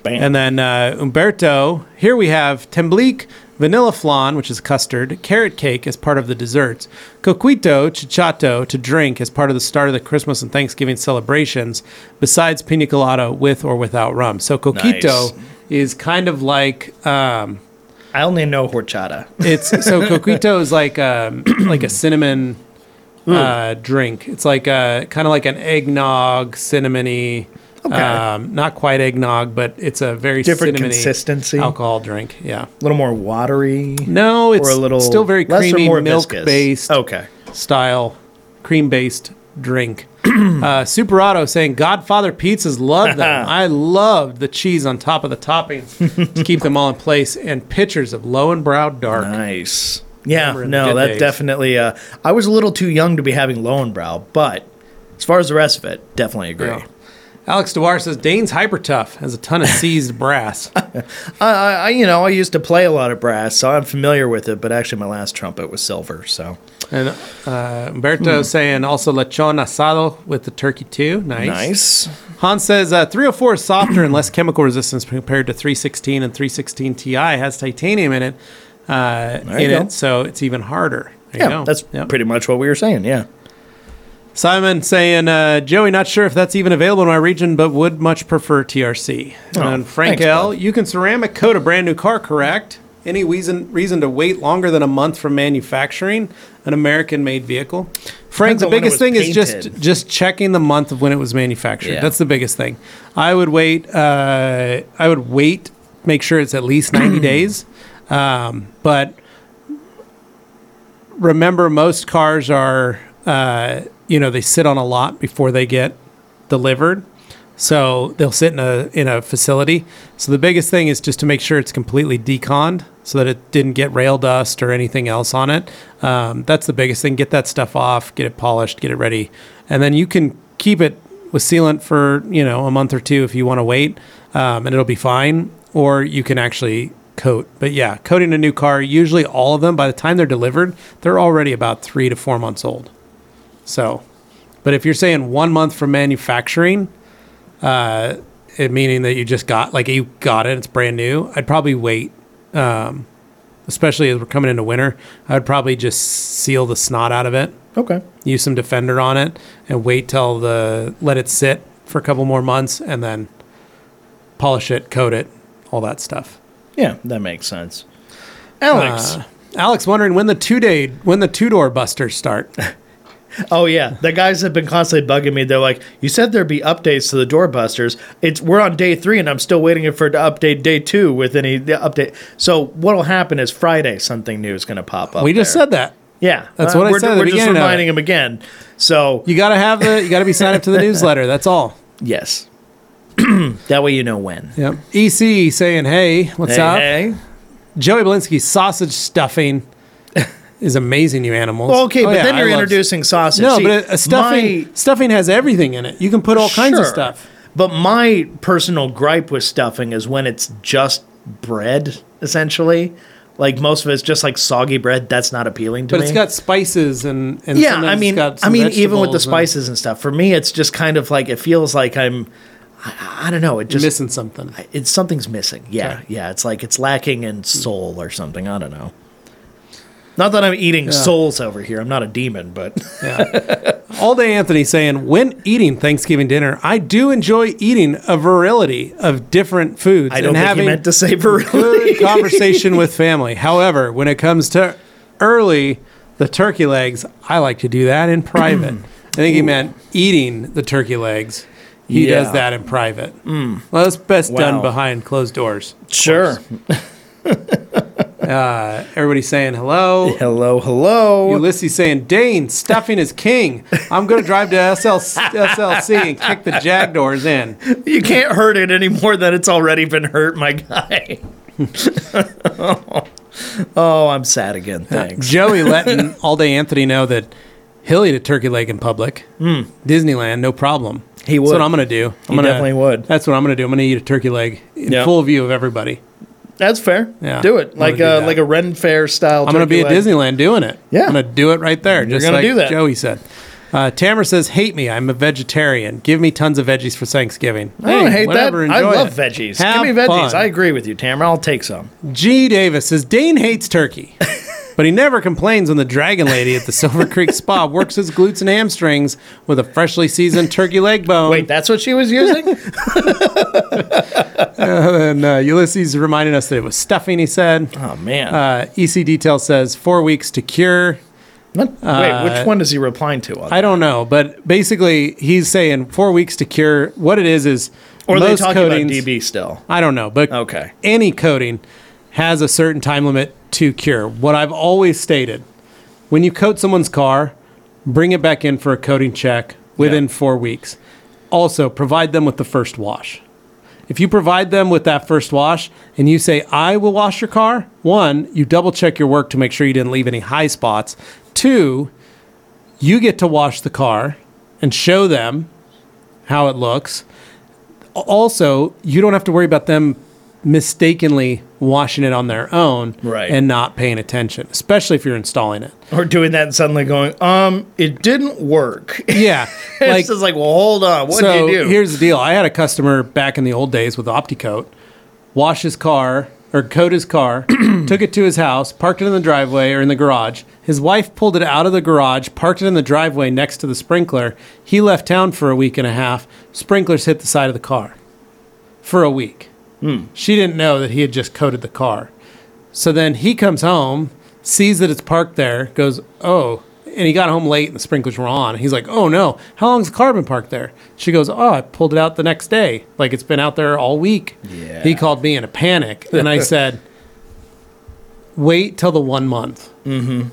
Bam. And then uh, Umberto, here we have tembleque, vanilla flan, which is custard, carrot cake as part of the desserts, coquito, chichato to drink as part of the start of the Christmas and Thanksgiving celebrations, besides pina colada with or without rum. So coquito Nice. is kind of like um, I only know horchata. it's so coquito is like um, like a cinnamon Hmm. uh, drink. It's like a kind of like an eggnog, cinnamony. Okay. Um, not quite eggnog, but it's a very Different cinnamony consistency. alcohol drink. Yeah. A little more watery. No, it's or a little still very less or creamy, more milk viscous. Oh. based Okay. style, cream based drink. uh, Superauto saying Godfather pizzas love them. I loved the cheese on top of the toppings to keep them all in place, and pictures of low and brow dark. Nice. Yeah, Remember in the no, good that days. definitely. Uh, I was a little too young to be having Lowenbrow, but as far as the rest of it, definitely agree. Yeah. Alex Dewar says Dane's hyper tough has a ton of seized brass. I, Uh, I, you know, I used to play a lot of brass, so I'm familiar with it. But actually, my last trumpet was silver. So And uh, Hmm. Umberto saying also lechon asado with the turkey too. Nice. nice. Hans says uh, 304 is softer and less chemical resistance compared to 316 and 316 Ti has titanium in it. Uh, you in go. it, so it's even harder. There you Yeah, go. that's Yep. pretty much what we were saying. Yeah. Simon saying, uh, Joey, not sure if that's even available in my region, but would much prefer TRC. Oh, and Frank thanks, L, bud. you can ceramic coat a brand new car, correct? Any reason reason to wait longer than a month from manufacturing an American-made vehicle? Frank, Depends the on when it biggest was thing is just painted. just checking the month of when it was manufactured. Yeah. That's the biggest thing. I would wait. Uh, I would wait. Make sure it's at least ninety days. Um, but remember most cars are uh, you know they sit on a lot before they get delivered so they'll sit in a in a facility so the biggest thing is just to make sure it's completely deconned so that it didn't get rail dust or anything else on it um, that's the biggest thing get that stuff off get it polished get it ready and then you can keep it with sealant for you know a month or two if you want to wait um, and it'll be fine or you can actually coat. But yeah, coating a new car, usually all of them by the time they're delivered, they're already about three to four months old. So, but if you're saying one month from manufacturing, uh, it meaning that you just got like you got it, it's brand new, I'd probably wait. Um, especially as we're coming into winter, I'd probably just seal the snot out of it Okay. use some defender on it and wait till the let it sit for a couple more months and then polish it coat it all that stuff Yeah, that makes sense. Alex. Uh, alex wondering when the two day when the two door busters start oh yeah, the guys have been constantly bugging me. They're like, "You said there'd be updates to the doorbusters. It's we're on day three, and I'm still waiting for it to update day two with any the update. So what'll happen is Friday something new is going to pop up. we just there. said that yeah, that's what I we're, said at the We're just beginning of it. reminding him again. So you gotta have the you gotta be signed up to the newsletter that's all yes, that way you know when. yep ec E saying hey what's Hey, up hey. joey Belinsky sausage stuffing is amazing you animals Okay, Oh, but yeah, then I you're love- introducing sausage. no See, but a, a stuffing my- stuffing has everything in it you can put all kinds of Sure. stuff But my personal gripe with stuffing is when it's just bread, essentially. Like most of it's just like soggy bread. That's not appealing to But me. it's got spices and, and yeah. sometimes I it's mean, got I some mean, even with the vegetables and spices and stuff, for me, it's just kind of like it feels like I'm. I, I don't know. It just missing something. it's something's missing. Yeah, Okay. Hmm. yeah. It's like it's lacking in soul or something. I don't know. Not that I'm eating souls over here. I'm not a demon, but All day, Anthony saying when eating Thanksgiving dinner, I do enjoy eating a variety of different foods I don't and think having he meant to say virility. good conversation with family. However, when it comes to early the turkey legs, I like to do that in private. I think he meant eating the turkey legs. He Yeah. Mm. does that in private. Well, that's best done Wow. behind closed doors. Sure. Everybody's saying hello. Hello, hello. Ulysses saying, Dane, stuffing is king. I'm going to drive to SL, SLC and kick the jag doors in. You can't hurt it any more than it's already been hurt, my guy. oh, I'm sad again. Thanks. Joey letting all day Anthony know that he'll eat a turkey leg in public. Disneyland, no problem. Hmm. He That's would. what I'm going to do. I'm He gonna, definitely would. That's what I'm going to do. I'm going to eat a turkey leg in Yeah. full view of everybody. That's fair. Yeah, do it I'm like gonna do a that. like a Ren Fair style. I'm going to be turkey at leg. Disneyland doing it. Yeah. I'm going to do it right there, just gonna like do that. Joey said. Uh, Tamara says, hate me. I'm a vegetarian. Give me tons of veggies for Thanksgiving. I don't hate whatever, that. I enjoy love it. veggies. Have Give me veggies. fun. I agree with you, Tamara. I'll take some. G. Davis says Dane hates turkey, but he never complains when the Dragon Lady at the Silver Creek Spa works his glutes and hamstrings with a freshly seasoned turkey leg bone. Wait, that's what she was using? and uh, Ulysses reminded us that it was stuffing. He said. oh man. Uh, EC Detail says four weeks to cure. What- Wait, uh, which one is he replying to? on I don't know, but basically he's saying four weeks to cure. What it is is or are they most talking coatings- about DB still? I don't know, but Okay. any coating has a certain time limit to cure. What I've always stated, when you coat someone's car, bring it back in for a coating check within Yeah. 4 weeks. Also, provide them with the first wash. If you provide them with that first wash and you say, I will wash your car, one, you double check your work to make sure you didn't leave any high spots. Two, you get to wash the car and show them how it looks. also, you don't have to worry about them mistakenly washing it on their own Right. and not paying attention, especially if you're installing it. or doing that and suddenly going, um, it didn't work. Yeah. it's just like, well, hold on, what so did you do? here's the deal. I had a customer back in the old days with OptiCoat, wash his car or coat his car, took it to his house, parked it in the driveway or in the garage. His wife pulled it out of the garage, parked it in the driveway next to the sprinkler. He left town for a week and a half. Sprinklers hit the side of the car for a week. She didn't know that he had just coated the car. So then he comes home, sees that it's parked there, goes, Oh, and he got home late and the sprinklers were on. He's like, Oh no, how long's the car been parked there? She goes, Oh, I pulled it out the next day. Like it's been out there all week. Yeah. He called me in a panic. And I said, Wait till the one month. Mm-hmm.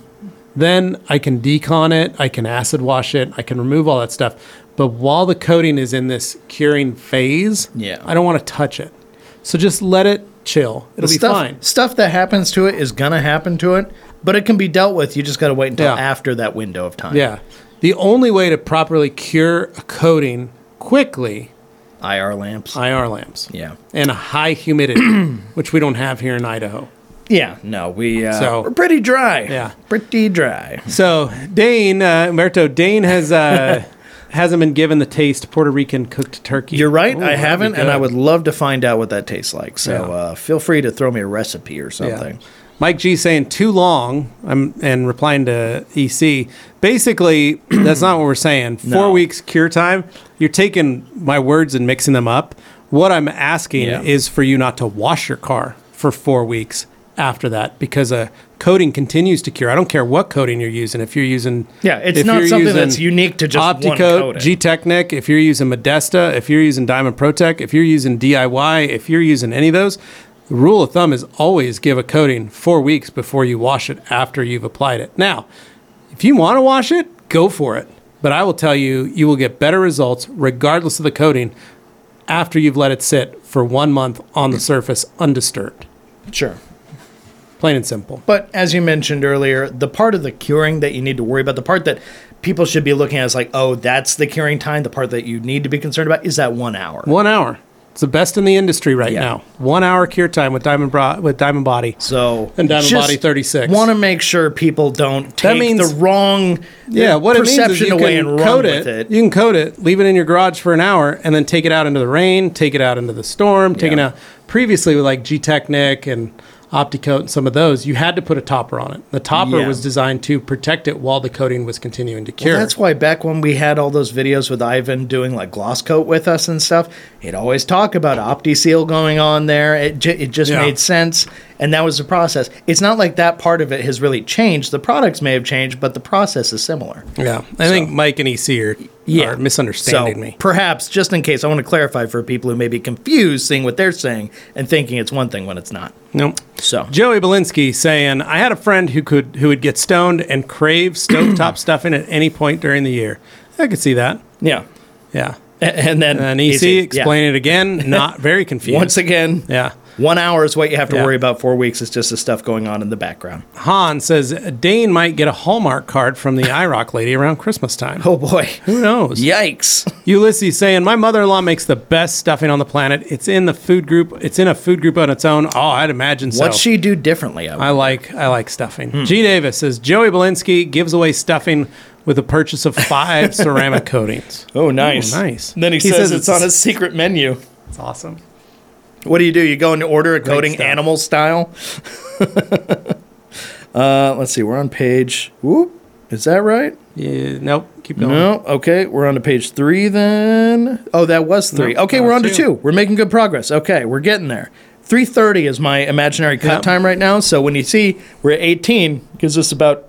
Then I can decon it, I can acid wash it, I can remove all that stuff. But while the coating is in this curing phase, Yeah. I don't want to touch it. So just let it chill. It'll be stuff, fine. Stuff that happens to it is gonna happen to it, but it can be dealt with. You just gotta wait until Yeah. after that window of time. Yeah. The only way to properly cure a coating quickly, IR lamps. IR lamps. yeah. And a high humidity, which we don't have here in Idaho. Yeah. No, we uh, So- we're pretty dry. Yeah. Pretty dry. So Dane, uh, Umberto, Dane has uh, hasn't been given the taste Puerto Rican cooked turkey. You're right. Ooh, I that'd be haven't, and good. I would love to find out what that tastes like. So Yeah. uh, feel free to throw me a recipe or Yeah. something. Mike G saying too long. I'm and replying to EC. Basically, that's not what we're saying. Four No. weeks cure time. You're taking my words and mixing them up. What I'm asking Yeah. is for you not to wash your car for four weeks after that because a coating continues to cure. I don't care what coating you're using. If you're using Yeah, it's if not you're something using that's unique to just one Opticoat, coating. G Technic, if you're using Modesta, if you're using Diamond Protec, if you're using DIY, if you're using any of those, the rule of thumb is always give a coating four weeks before you wash it after you've applied it. Now, if you want to wash it, go for it. But I will tell you, you will get better results regardless of the coating after you've let it sit for one month on the surface undisturbed. Sure. Plain and simple. But as you mentioned earlier, the part of the curing that you need to worry about, the part that people should be looking at is like, oh, that's the curing time. The part that you need to be concerned about is that one hour. One hour. It's the best in the industry right Yeah. now. One hour cure time with Diamond Bra- with Diamond Body. So And Diamond Body 36. Want to make sure people don't take means- the wrong Yeah, what it means is perception you away can and run coat with it, it. You can coat it, leave it in your garage for an hour, and then take it out into the rain, take it out into the storm, take it Yeah. out. Previously, with like G Technic and OptiCoat and some of those, you had to put a topper on it. The topper Yeah. was designed to protect it while the coating was continuing to cure. That's why back when we had all those videos with Ivan doing like gloss coat with us and stuff, he'd always talk about OptiSeal going on there. It, ju- it just Yeah. made sense. And that was the process. It's not like that part of it has really changed. The products may have changed, but the process is similar. yeah, I think Mike and EC are, are misunderstanding so me. Perhaps, just in case, I want to clarify for people who may be confused seeing what they're saying and thinking it's one thing when it's not. Nope. So, Joey Belinsky saying, I had a friend who could who would get stoned and crave stovetop stuffing at any point during the year. I could see that. yeah. Yeah. A- And then And EC easy, yeah. explain it again, not very confused. Once again, yeah. one hour is what you have to Yeah. worry about. Four weeks is just the stuff going on in the background. Han says Dane might get a Hallmark card from the IROC lady around Christmas time. Oh boy. Who knows? Yikes. Ulysses saying, My mother in law makes the best stuffing on the planet. It's in the food group. It's in a food group on its own. Oh, I'd imagine so. What'd she do differently? I, I like I like stuffing. G Davis says Joey Belinsky gives away stuffing with the purchase of five ceramic coatings. oh, nice. nice. Then he, He says, says it's it's- on a secret menu. That's awesome. What do you do? You go into order a coating stuff. animal style? uh, let's see. We're on page. Whoop. Is that right? Yeah, nope. Keep going. No. Okay. We're on to page three then. Oh, that was three. Nope, okay. not We're on to two. two. We're making good progress. Okay. We're getting there. 3.30 is my imaginary cut Yep. time right now. So when you see we're at 18, gives us about,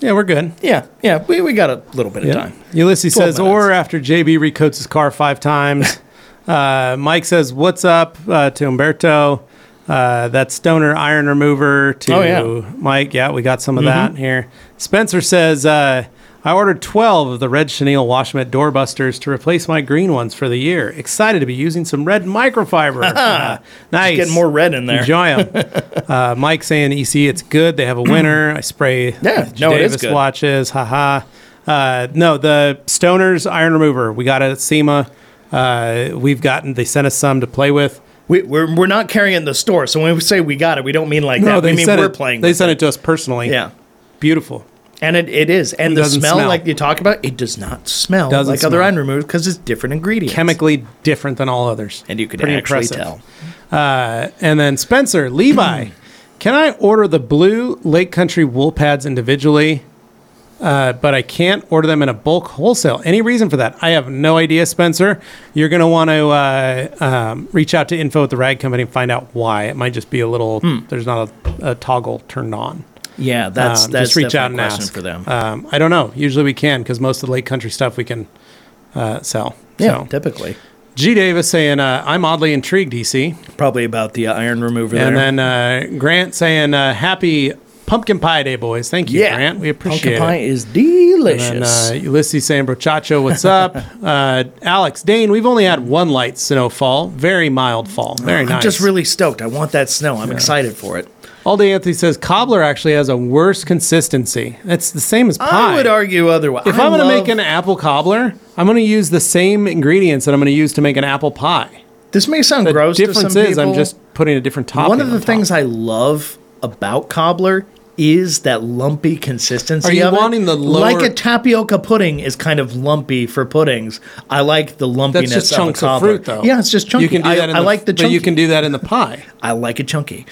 Yeah, we're good. yeah, yeah, we, we got a little bit of Yeah. time. Ulysses 12 says, minutes. or after JB recoats his car five times. uh, Mike says, what's up uh, to Umberto? Uh, that stoner iron remover to Oh, yeah. Mm-hmm. Mike. Yeah, we got some of that here. Spencer says, uh, I ordered 12 of the red chenille washmet doorbusters to replace my green ones for the year. Excited to be using some red microfiber. Uh, nice. Getting more red in there. Enjoy them. uh, Mike saying, EC, it's good. They have a winner. I spray Mm. Yeah, J. no, it is Davis good. watches. Haha. Uh, no, the Stoner's Iron Remover. We got it at SEMA. Uh, we've gotten they sent us some to play with. We, we're, we're not carrying it in the store. So when we say we got it, we don't mean like that. they We mean sent we're it, playing. They with sent it to us personally. it. Yeah. beautiful. And it, it is. And the Doesn't smell, smell. like you talk about, it does not smell Doesn't like other smell. iron removers because it's different ingredients. chemically different than all others. And you could Pretty actually impressive. tell. Uh, and then Spencer Levi, can I order the blue Lake Country wool pads individually? Uh, but I can't order them in a bulk wholesale. Any reason for that? I have no idea, Spencer. You're going to want to uh, um, reach out to info at the rag company and find out why. It might just be a little, Hmm. there's not a, a toggle turned on. Yeah, that's Um, that's just reach out definitely and a question ask for them. Um, I don't know. Usually we can because most of the Lake Country stuff we can uh, sell. yeah, So. typically G. Davis saying, uh, I'm oddly intrigued, DC. probably about the uh, iron remover. And there. then uh, Grant saying, uh, Happy Pumpkin Pie Day, boys. Thank you, yeah, Grant. We pumpkin appreciate pie it. is And delicious. uh, Ulysses saying, Brochacho, what's up? uh, Alex, Dane, we've only had one light snowfall. Very mild fall. Very I'm nice. just really stoked. I want that snow. I'm excited for it. All day Anthony says, Cobbler actually has a worse consistency. That's the same as I pie. would argue otherwise. if I'm going to make love- an apple cobbler, I'm going to use the same ingredients that I'm going to use to make an apple pie. this may sound The gross to some difference people. is I'm just putting a different topping. one of the on top. things I love about cobbler is that lumpy consistency. Are you of it. wanting the lower- like a tapioca pudding is kind of lumpy for puddings. I like the lumpiness. That's just of chunks a of, cobbler. fruit, though. Yeah, it's just chunky. You can do I, that. In I the, like the but chunky. you can do that in the pie. I like it chunky.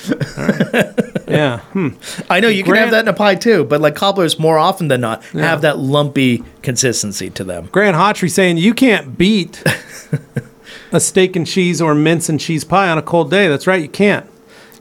Yeah. Hmm. I know you can Grant- have that in a pie too, but like cobblers, more often than not, have that lumpy consistency to them. Grant Hotry saying you can't beat a steak and cheese or mince and cheese pie on a cold day. That's right, you can't.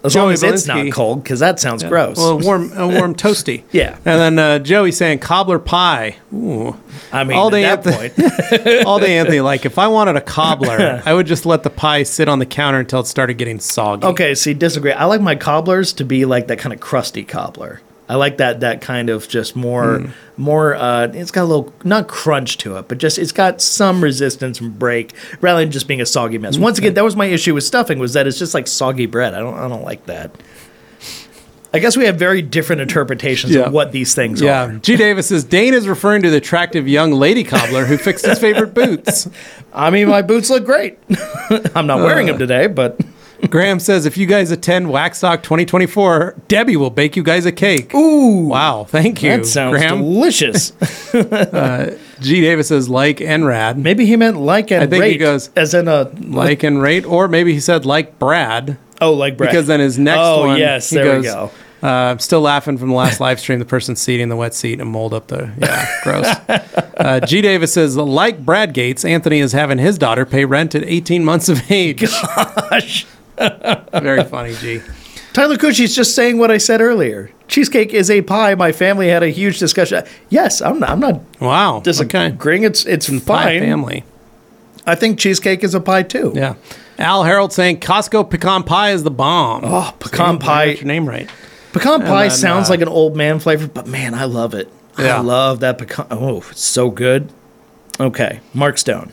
As long Joey as it's Valinsky- not cold, because that sounds gross. Well, a warm, a warm toasty. Yeah. And then uh, Joey saying cobbler pie. Ooh. I mean, all day at that at point, All day, Anthony. Like if I wanted a cobbler, I would just let the pie sit on the counter until it started getting soggy. okay. See, disagree. I like my cobblers to be like that kind of crusty cobbler. I like that that kind of just more Hmm. more. Uh, it's got a little not crunch to it, but just it's got some resistance and break rather than just being a soggy mess. Once again, that was my issue with stuffing was that it's just like soggy bread. I don't I don't like that. I guess we have very different interpretations Yeah. of what these things are. Yeah. G. Davis says Dane is referring to the attractive young lady cobbler who fixed his favorite boots. I mean, my boots look great. I'm not Uh, wearing them today, but Graham says, if you guys attend Waxstock 2024, Debbie will bake you guys a cake. ooh, Wow, thank you, that sounds Graham. delicious. G. Davis says, like and rad. Maybe he meant like and I think he rate, goes, as in a Like and rate. Or maybe he said, like Brad, oh, like Brad. because then his next one, Oh, yes, he there goes, we go. Uh, I'm still laughing from the last live stream. The person seating the wet seat and mold up the. Yeah, gross. Uh, G. Davis says, like Brad Gates, Anthony is having his daughter pay rent at 18 months of age. Gosh, Very funny, G. Tyler Cushy's just saying what I said earlier. Cheesecake is a pie. My family had a huge discussion. Yes, I'm not, I'm not Wow. disagreeing. It's it's Pie fine. family. I think cheesecake is a pie too. Yeah. Al Harold saying Costco pecan pie is the bomb. Oh, pecan See, I pie. got your name right. Pecan pie then, sounds uh, like an old man flavor, but man, I love it. Yeah. I love that pecan. Oh, it's so good. Okay, Mark Stone.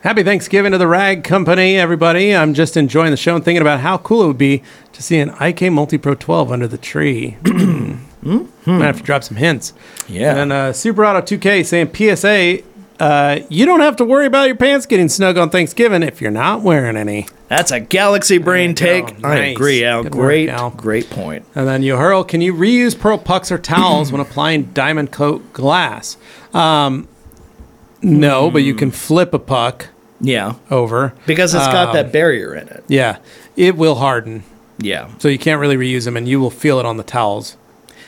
Happy Thanksgiving to the Rag Company, everybody. I'm just enjoying the show and thinking about how cool it would be to see an IK Multi Pro 12 under the tree. Hmm? Might have to drop some hints. Yeah. And then uh, Super Auto 2K saying PSA, uh, you don't have to worry about your pants getting snug on Thanksgiving if you're not wearing any. That's a galaxy brain There you take. go. I Nice. agree, Al. Good work, great, Al. great point. And then you hurl. Can you reuse pearl pucks or towels when applying diamond coat glass? Um, no, but you can flip a puck Yeah, over because it's got Um, that barrier in it. Yeah, it will harden, Yeah. so you can't really reuse them, and you will feel it on the towels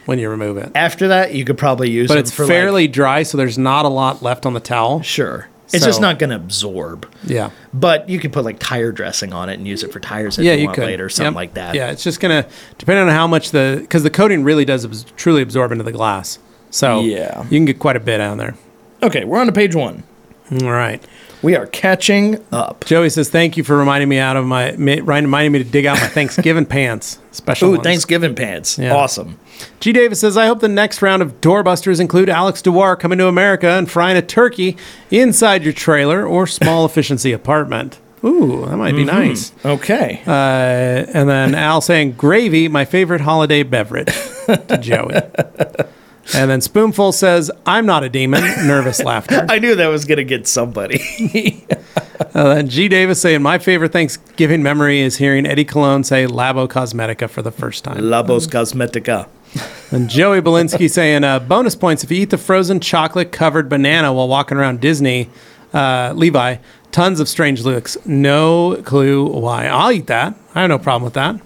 when you remove it. After that, you could probably use. But them it's for fairly like, dry, so there's not a lot left on the towel. sure. It's So- just not going to absorb. Yeah, But you could put like tire dressing on it and use it for tires if yeah, you, you want could later, something Yep. like that. Yeah, it's just gonna depending on how much the because the coating really does abs- truly absorb into the glass, so Yeah. you can get quite a bit out of there. Okay, we're on to page one. All right. We are catching up. Joey says, "Thank you for reminding me out of my mi- reminding me to dig out my Thanksgiving pants special." Ooh, ones. Thanksgiving pants. Yeah. Awesome. G. Davis says, "I hope the next round of doorbusters include Alex Dewar coming to America and frying a turkey inside your trailer or small efficiency apartment." Ooh, that might be nice. Okay. Uh, and then Al saying, "Gravy, my favorite holiday beverage." to Joey. And then Spoonful says, I'm not a demon. Nervous laughter. I knew that was gonna get somebody. Uh, then G. Davis saying, My favorite Thanksgiving memory is hearing Eddie Cologne say Labo Cosmetica for the first time. Labos Cosmetica. And Joey Belinsky saying, uh, Bonus points if you eat the frozen chocolate covered banana while walking around Disney, uh, Levi, tons of strange looks. No clue why. I'll eat that. I have no problem with that.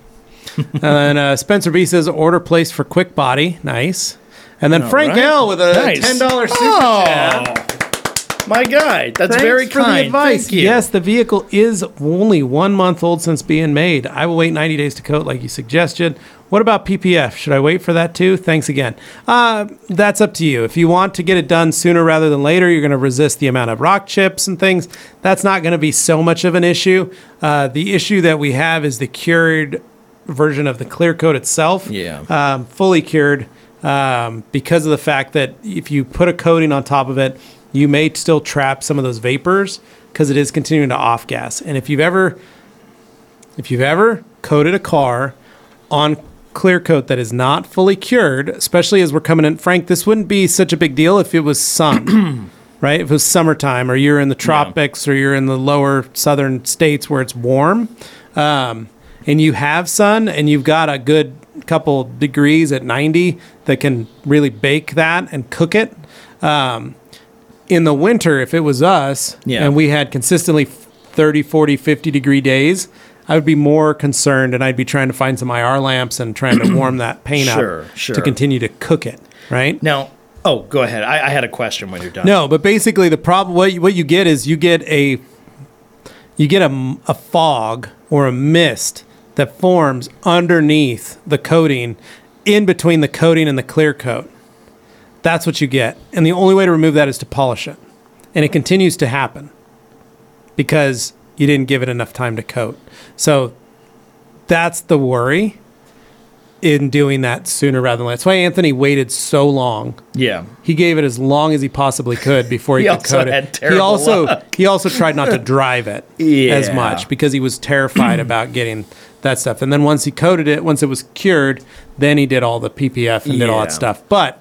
and then uh, Spencer B says, Order placed for Quick Body. Nice. And then Frank right. L with a Nice. $10 super chat. Oh, my guy, that's Thanks very for the kind. advice. Thank you. Yes, the vehicle is only one month old since being made. I will wait 90 days to coat, like you suggested. What about PPF? Should I wait for that too? Thanks again. Uh, that's up to you. If you want to get it done sooner rather than later, you're going to resist the amount of rock chips and things. That's not going to be so much of an issue. Uh, the issue that we have is the cured version of the clear coat itself. Yeah. Um, fully cured um, because of the fact that if you put a coating on top of it, you may still trap some of those vapors because it is continuing to off gas. And if you've ever, if you've ever coated a car on clear coat that is not fully cured, especially as we're coming in, Frank, this wouldn't be such a big deal if it was sun. right? If it was summertime or you're in the tropics or you're in the lower southern states where it's warm um, and you have sun and you've got a good couple degrees at 90 that can really bake that and cook it. Um, in the winter, if it was us Yeah. and we had consistently 30, 40, 50 degree days, I would be more concerned and I'd be trying to find some IR lamps and trying to warm that paint Sure, up sure. to continue to cook it, right? Now, oh, go ahead. I, I had a question when you're done. No, but basically the problem what you, what you get is you get a you get a, m- a fog or a mist that forms underneath the coating in between the coating and the clear coat. That's what you get. And the only way to remove that is to polish it. And it continues to happen because you didn't give it enough time to coat. So that's the worry in doing that sooner rather than later. That's why Anthony waited so long Yeah. he gave it as long as he possibly could before he, He could also coat had it. He terrible also luck. he also tried not to drive it as Yeah. much because he was terrified about getting that stuff. And then once he coated it, once it was cured, then he did all the PPF and did all Yeah. that stuff. But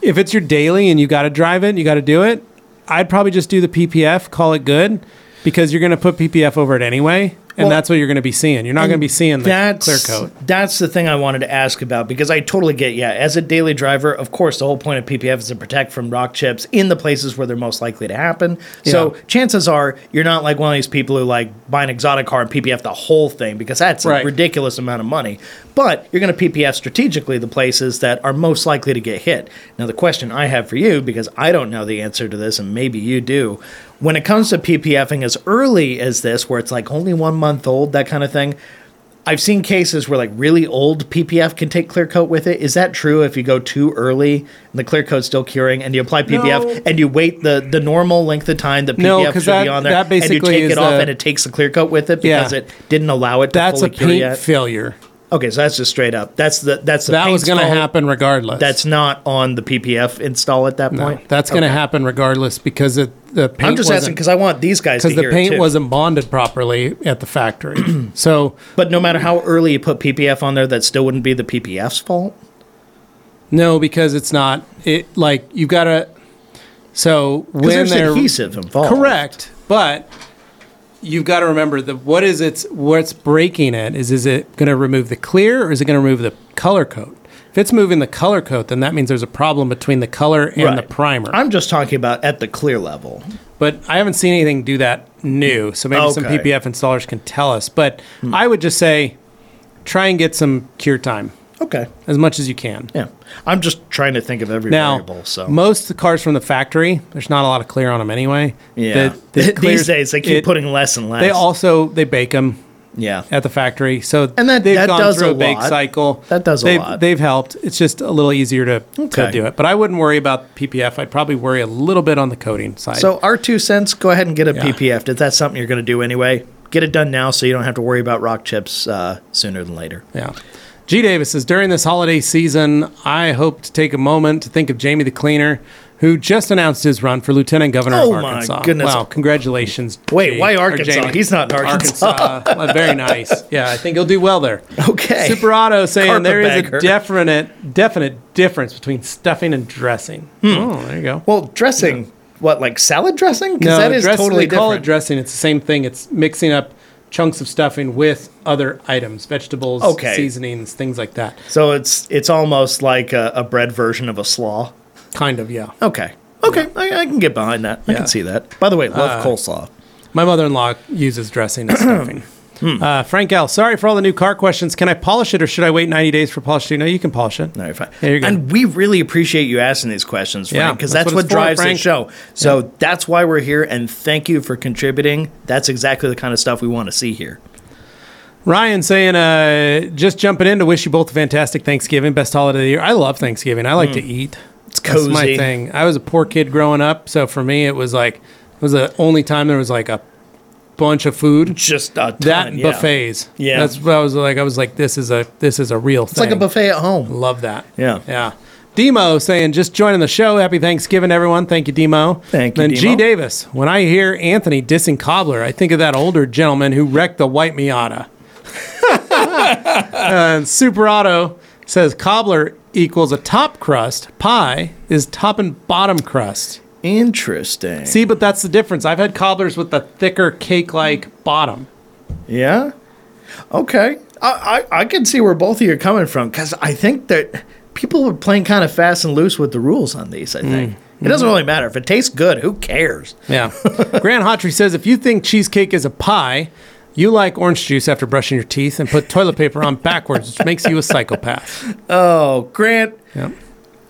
if it's your daily and you got to drive it, you got to do it. I'd probably just do the PPF, call it good, because you're going to put PPF over it anyway, Well, and that's what you're going to be seeing. You're not going to be seeing the That's clear coat. That's the thing I wanted to ask about because I totally get. Yeah, as a daily driver, of course, the whole point of PPF is to protect from rock chips in the places where they're most likely to happen. So Yeah. chances are you're not like one of these people who like buy an exotic car and PPF the whole thing because that's Right. a ridiculous amount of money. But you're going to PPF strategically the places that are most likely to get hit. Now, the question I have for you because I don't know the answer to this, and maybe you do. When it comes to PPFing as early as this, where it's like only one month old, that kind of thing, I've seen cases where like really old PPF can take clear coat with it. Is that true if you go too early and the clear coat's still curing and you apply PPF No. and you wait the, the normal length of time the PPF No, 'cause should that- be on there that and you basically take is it off the- and it takes the clear coat with it because Yeah. it didn't allow it to That's a fully cure paint yet? failure. okay, so that's just straight up. That's the that's the That paint's was going to fault. happen regardless. That's not on the PPF install at that No, point. that's going to happen regardless because it, the paint I'm just wasn't, asking because I want these guys to because hear the it, paint too. wasn't bonded properly at the factory. so But no matter how early you put PPF on there, that still wouldn't be the PPF's fault. no, because it's not it like you've got to. So Because when there's they're adhesive involved. correct, but you've got to remember that what is it's what's breaking it is is it going to remove the clear or is it going to remove the color coat? If it's moving the color coat, then that means there's a problem between the color and the Right. primer. I'm just talking about at the clear level. but I haven't seen anything do that new. So maybe some Okay. Hmm. PPF installers can tell us. But I would just say try and get some cure time Okay. as much as you can. Yeah. I'm just trying to think of every Now, variable. So most of the cars from the factory, there's not a lot of clear on them anyway. yeah. The- the clears- These days they keep it- putting less and less. They also they bake them yeah. at the factory, so And that- they've that gone does through a, a bake lot. cycle. That does a they've, lot. They've helped. It's just a little easier to, to Okay. do it. But I wouldn't worry about PPF. I'd probably worry a little bit on the coating side. So our two cents, go ahead and get a PPF. If that's something you're going to do anyway, get it done now so you don't have to worry about rock chips uh, sooner than later. Yeah. G. Davis says during this holiday season, I hope to take a moment to think of Jamie the cleaner, who just announced his run for lieutenant governor Oh, of my Arkansas. goodness. Wow, congratulations. Wait, Jake- why or Arkansas? Jamie. He's not in Arkansas. Well, very nice. Yeah, I think he'll do well there. Okay. Super Auto saying there is a Carpetbagger. definite, definite difference between stuffing and dressing. Oh, there you go. Hmm. Well, dressing, what, like salad dressing? Because that is dress- totally they call it different. dressing. It's the same thing. It's mixing up chunks of stuffing with other items, vegetables, Okay. seasonings, things like that. so it's it's almost like a, a bread version of a slaw. Kind of, yeah. Okay. Okay. I, I can get behind that. I Yeah. can see that. By the way, love coleslaw. My mother-in-law uses dressing as stuffing. Hmm. Uh, Frank L. Sorry for all the new car questions. Can I polish it or should I wait 90 days for polishing? No, you can polish it. All right, fine. There you go. And we really appreciate you asking these questions, Yeah, Frank, because that's that's, what what, it's for, drives the Frank. show. So that's why we're here, and thank you for contributing. That's exactly the kind of stuff we want to see here. Ryan saying, uh, just jumping in to wish you both a fantastic Thanksgiving, best holiday of the year. I love Thanksgiving. I like to eat. It's That's my Hmm. cozy. thing. I was a poor kid growing up, so for me, it was like it was the only time there was like a bunch of food. Just a ton, That and yeah. buffets. Yeah. that's what I was like. I was like, this is a this is a real It's thing. like a buffet at home. Love that. Yeah. Yeah. Demo saying, just joining the show. Happy Thanksgiving, everyone. Thank you, Demo. Thank you, Then G. Demo. Davis. When I hear Anthony dissing Cobbler, I think of that older gentleman who wrecked the white Miata. and Super Auto says Cobbler equals a top crust. Pie is top and bottom crust. Interesting. See, but that's the difference. I've had cobblers with the thicker cake-like bottom. Yeah. Okay. I, I, I can see where both of you are coming from because I think that people are playing kind of fast and loose with the rules on these, I think. It doesn't really matter. If it tastes good, who cares? Yeah. Grant Hotry says if you think cheesecake is a pie, you like orange juice after brushing your teeth and put toilet paper on backwards, which makes you a psychopath. Oh, Grant, Yeah.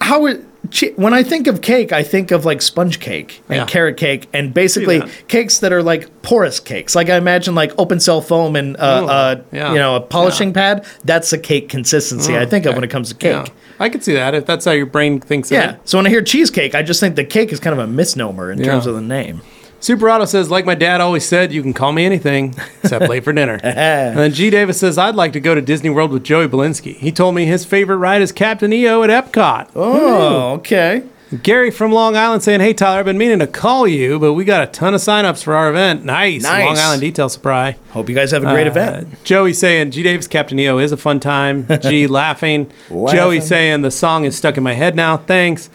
how it, che- when I think of cake, I think of like sponge cake and Yeah. carrot cake and basically that. cakes that are like porous cakes. Like I imagine like open cell foam and uh, Ooh, uh, yeah. Mm. you know a polishing pad. That's the cake consistency I think of when it comes to Yeah. cake. Yeah. I could see that if that's how your brain thinks of it. So when I hear cheesecake, I just think the cake is kind of a misnomer in Yeah. terms of the name. Super Auto says, like my dad always said, you can call me anything except late for dinner. Uh, and then G. Davis says, I'd like to go to Disney World with Joey Belinsky. He told me his favorite ride is Captain EO at Epcot. Oh, okay. Gary from Long Island saying, "Hey Tyler, I've been meaning to call you, but we got a ton of signups for our event. Nice, Nice. Long Island Detail Supply. Hope you guys have a great Uh, event. Joey saying, G Davis, Captain EO is a fun time. G laughing. Joey Laughing. saying, the song is stuck in my head now. Thanks.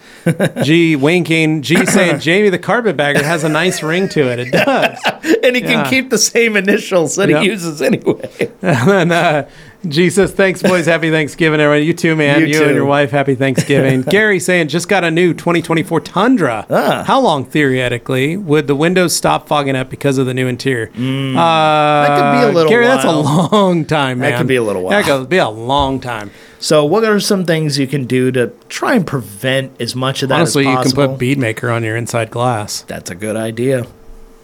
G winking. G saying, Jamie the carpetbagger has a nice ring to it. It does. And he yeah. can keep the same initials that Yep. he uses anyway. and uh, G says, thanks, boys. Happy Thanksgiving, everyone. You too, man. You, You and too. your wife, happy Thanksgiving. Gary saying, just got a new 2024 Tundra. Ah. How long, theoretically, would the windows stop fogging up because of the new interior? that could be a little Uh, Gary, while. that's a long time, man. That could be a little while. That could be a long time. So, what are some things you can do to try and prevent as much of that Honestly, as you can possible? put bead maker on your inside glass. That's a good idea.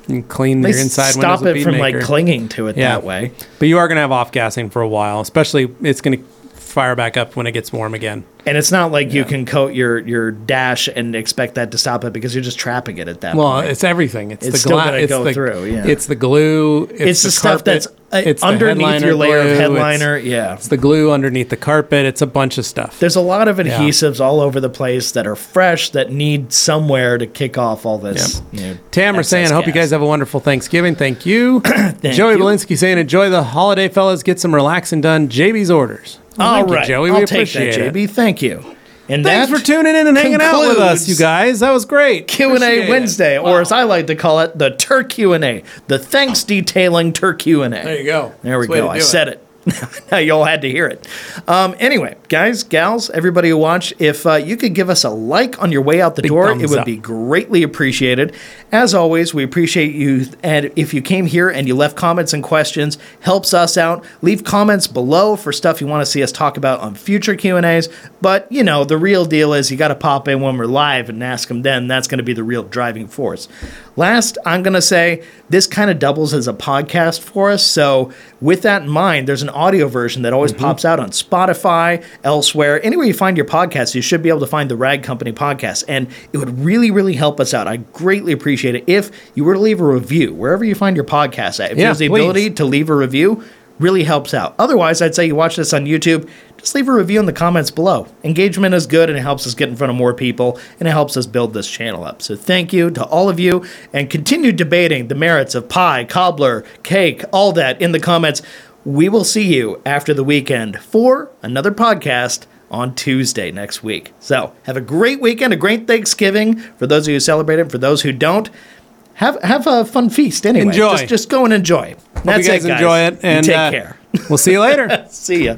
You can clean your At least inside stop windows with it bead from maker. like clinging to it Yeah. that way. but you are going to have off gassing for a while, especially it's going to fire back up when it gets warm again. And it's not like you can coat your your dash and expect that to stop it because you're just trapping it at that Well, point. it's everything. It's, It's the still glass. gonna it's go the, through, yeah. It's the glue. It's, It's the, stuff carpet, that's uh, the underneath headliner your layer glue, of it's- headliner. yeah. It's the glue underneath the carpet. It's a bunch of stuff. There's a lot of adhesives all over the place that are fresh that need somewhere to kick off all this. you know, Tamara excess saying, hope you gas." guys have a wonderful Thanksgiving. Thank you. Joey you. Belinsky saying, enjoy the holiday, fellas. Get some relaxing done. JB's orders. Well, All thank you, right, Joey. I'll we take appreciate that, it. JB. Thank you. And Thanks that for tuning in and hanging out with us, concludes you guys. That was great. Q and Appreciate A it. Wednesday, or as I like to call it, the Turk Q and A, the thanks detailing Turk Q and A. There you go. There we That's go. the way to I do it. said it. now you all had to hear it. Um, anyway, guys, gals, everybody who watched, if uh, you could give us a like on your way out the door, it thumbs would up. be greatly appreciated. As always, we appreciate you. And if you came here and you left comments and questions, helps us out. Leave comments below for stuff you want to see us talk about on future Q and A's. But you know, the real deal is you got to pop in when we're live and ask them. Then that's going to be the real driving force. Last, I'm going to say this kind of doubles as a podcast for us. So with that in mind, there's an audio version that Mm-hmm. always pops out on Spotify, elsewhere, anywhere you find your podcast, you should be able to find the Rag Company podcast. And it would really, really help us out. I greatly appreciate it if you were to leave a review wherever you find your podcast at. If Yeah, there's the please. ability to leave a review, Really helps out. Otherwise, I'd say you watch this on YouTube. Just leave a review in the comments below. Engagement is good and it helps us get in front of more people and it helps us build this channel up. So thank you to all of you and continue debating the merits of pie, cobbler, cake, all that in the comments. We will see you after the weekend for another podcast on Tuesday next week. So have a great weekend, a great Thanksgiving for those of you who celebrate it. For those who don't, have have a fun feast anyway. Enjoy. Just, just go and enjoy. Hope you guys, enjoy it. And take uh, care. we'll see you later. see ya.